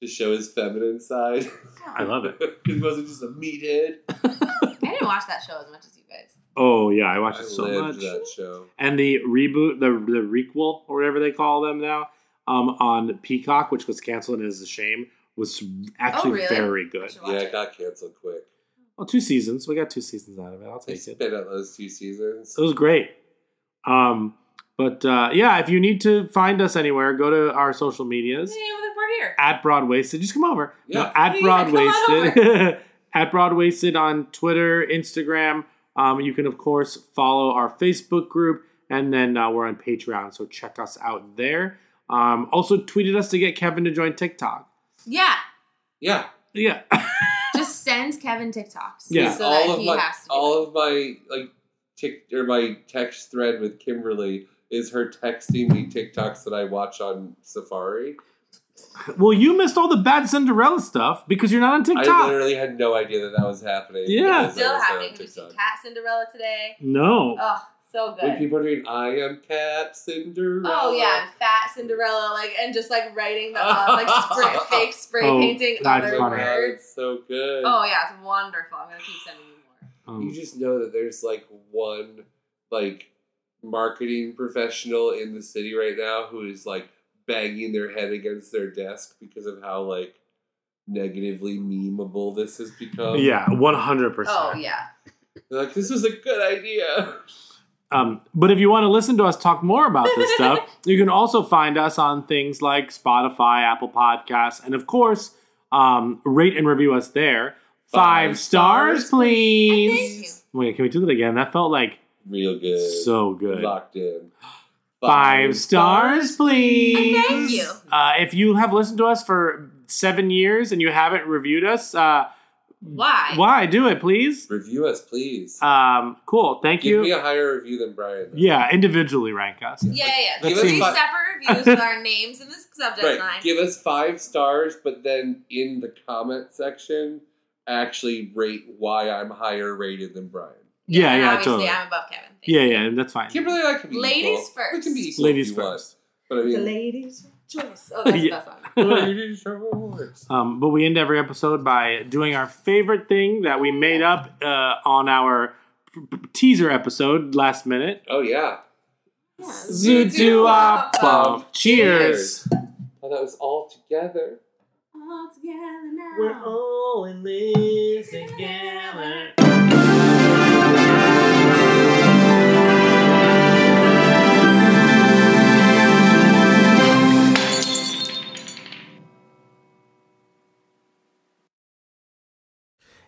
to show his feminine side. *laughs*
I love it.
he wasn't just a meathead.
I didn't watch that show as much as you guys.
Oh yeah, I watched
I
it so
lived
much.
that show.
And the reboot, the the requel or whatever they call them now, um, on Peacock, which was canceled and is a shame, was actually
Oh, really?
very
I
good.
should watch
Yeah,
it.
it got canceled quick.
Well, two seasons. We got two seasons out of it. I'll
They
take it.
spit out those two seasons.
It was great. Um, but uh, yeah, if you need to find us anywhere, go to our social medias
Yeah, well, we're here.
at Broadwasted. Just come over. No,
Yeah.
at
Yeah,
Broadwasted. *laughs* at Broadwasted on Twitter, Instagram. Um, you can of course follow our Facebook group, and then uh, we're on Patreon. So check us out there. Um, also tweeted us to get Kevin to join TikTok.
Yeah,
Yeah.
Yeah.
just send Kevin TikToks.
Yeah.
so
all
that
of
he
my
has to. Be
all of my like tick or my text thread with Kimberly is her texting me TikToks that I watch on Safari.
*coughs* Well, you missed all the bad Cinderella stuff because you're not on TikTok.
I literally had no idea that that was happening.
Yeah.
because I
still
was not on
happening. Did you see Cat Cinderella today?
no.
Oh, so good.
When people are doing "I am Cat Cinderella,"
Oh yeah, and fat Cinderella, like and just like writing the uh, like
*laughs*
spray, fake spray
Oh,
painting
that's
other
funny.
words.
it's so good.
Oh yeah, it's wonderful. I'm gonna keep sending you more.
You
Um,
just know that there's like one like marketing professional in the city right now who is like banging their head against their desk because of how like negatively memeable this has become.
yeah, one hundred
Oh
percent.
yeah,
They're like this was a good idea.
Um, but if you want to listen to us talk more about
*laughs*
this stuff, you can also find us on things like Spotify, Apple Podcasts, and of course, um, rate and review us there. Five,
Five
stars,
stars,
please.
thank you.
Wait, can we do that again? That felt like
Real good.
so good.
locked in.
Five stars, please.
Thank you.
Uh, if you have listened to us for seven years and you haven't reviewed us, uh,
Why?
why do it, please?
Review us, please.
Um, cool. Thank
Give me
you.
a higher review than Brian. though.
Yeah, individually rank us.
Yeah, yeah.
Give
yeah.
us
Three
five-
separate reviews with our names in the subject
Right.
line.
Give us five stars, but then in the comment section, actually rate why I'm higher rated than Brian.
Yeah,
and
yeah,
obviously
totally.
I'm above Kevin. Thank
Yeah,
you.
yeah, that's fine.
Kimberly and I can be
Ladies
equal.
first.
We can be equal
Ladies
if you want.
first.
But I
The
mean,
ladies' choice. Oh, that's
*laughs* Yeah.
the best one.
*laughs* ladies are first.
Um, but we end every episode by doing our favorite thing that we made up uh, on our p- p- teaser episode last minute.
Oh yeah.
*laughs*
uh,
Um,
Zoodoo-wop-bop. Cheers.
Well, that was all together.
All together now.
all in this together.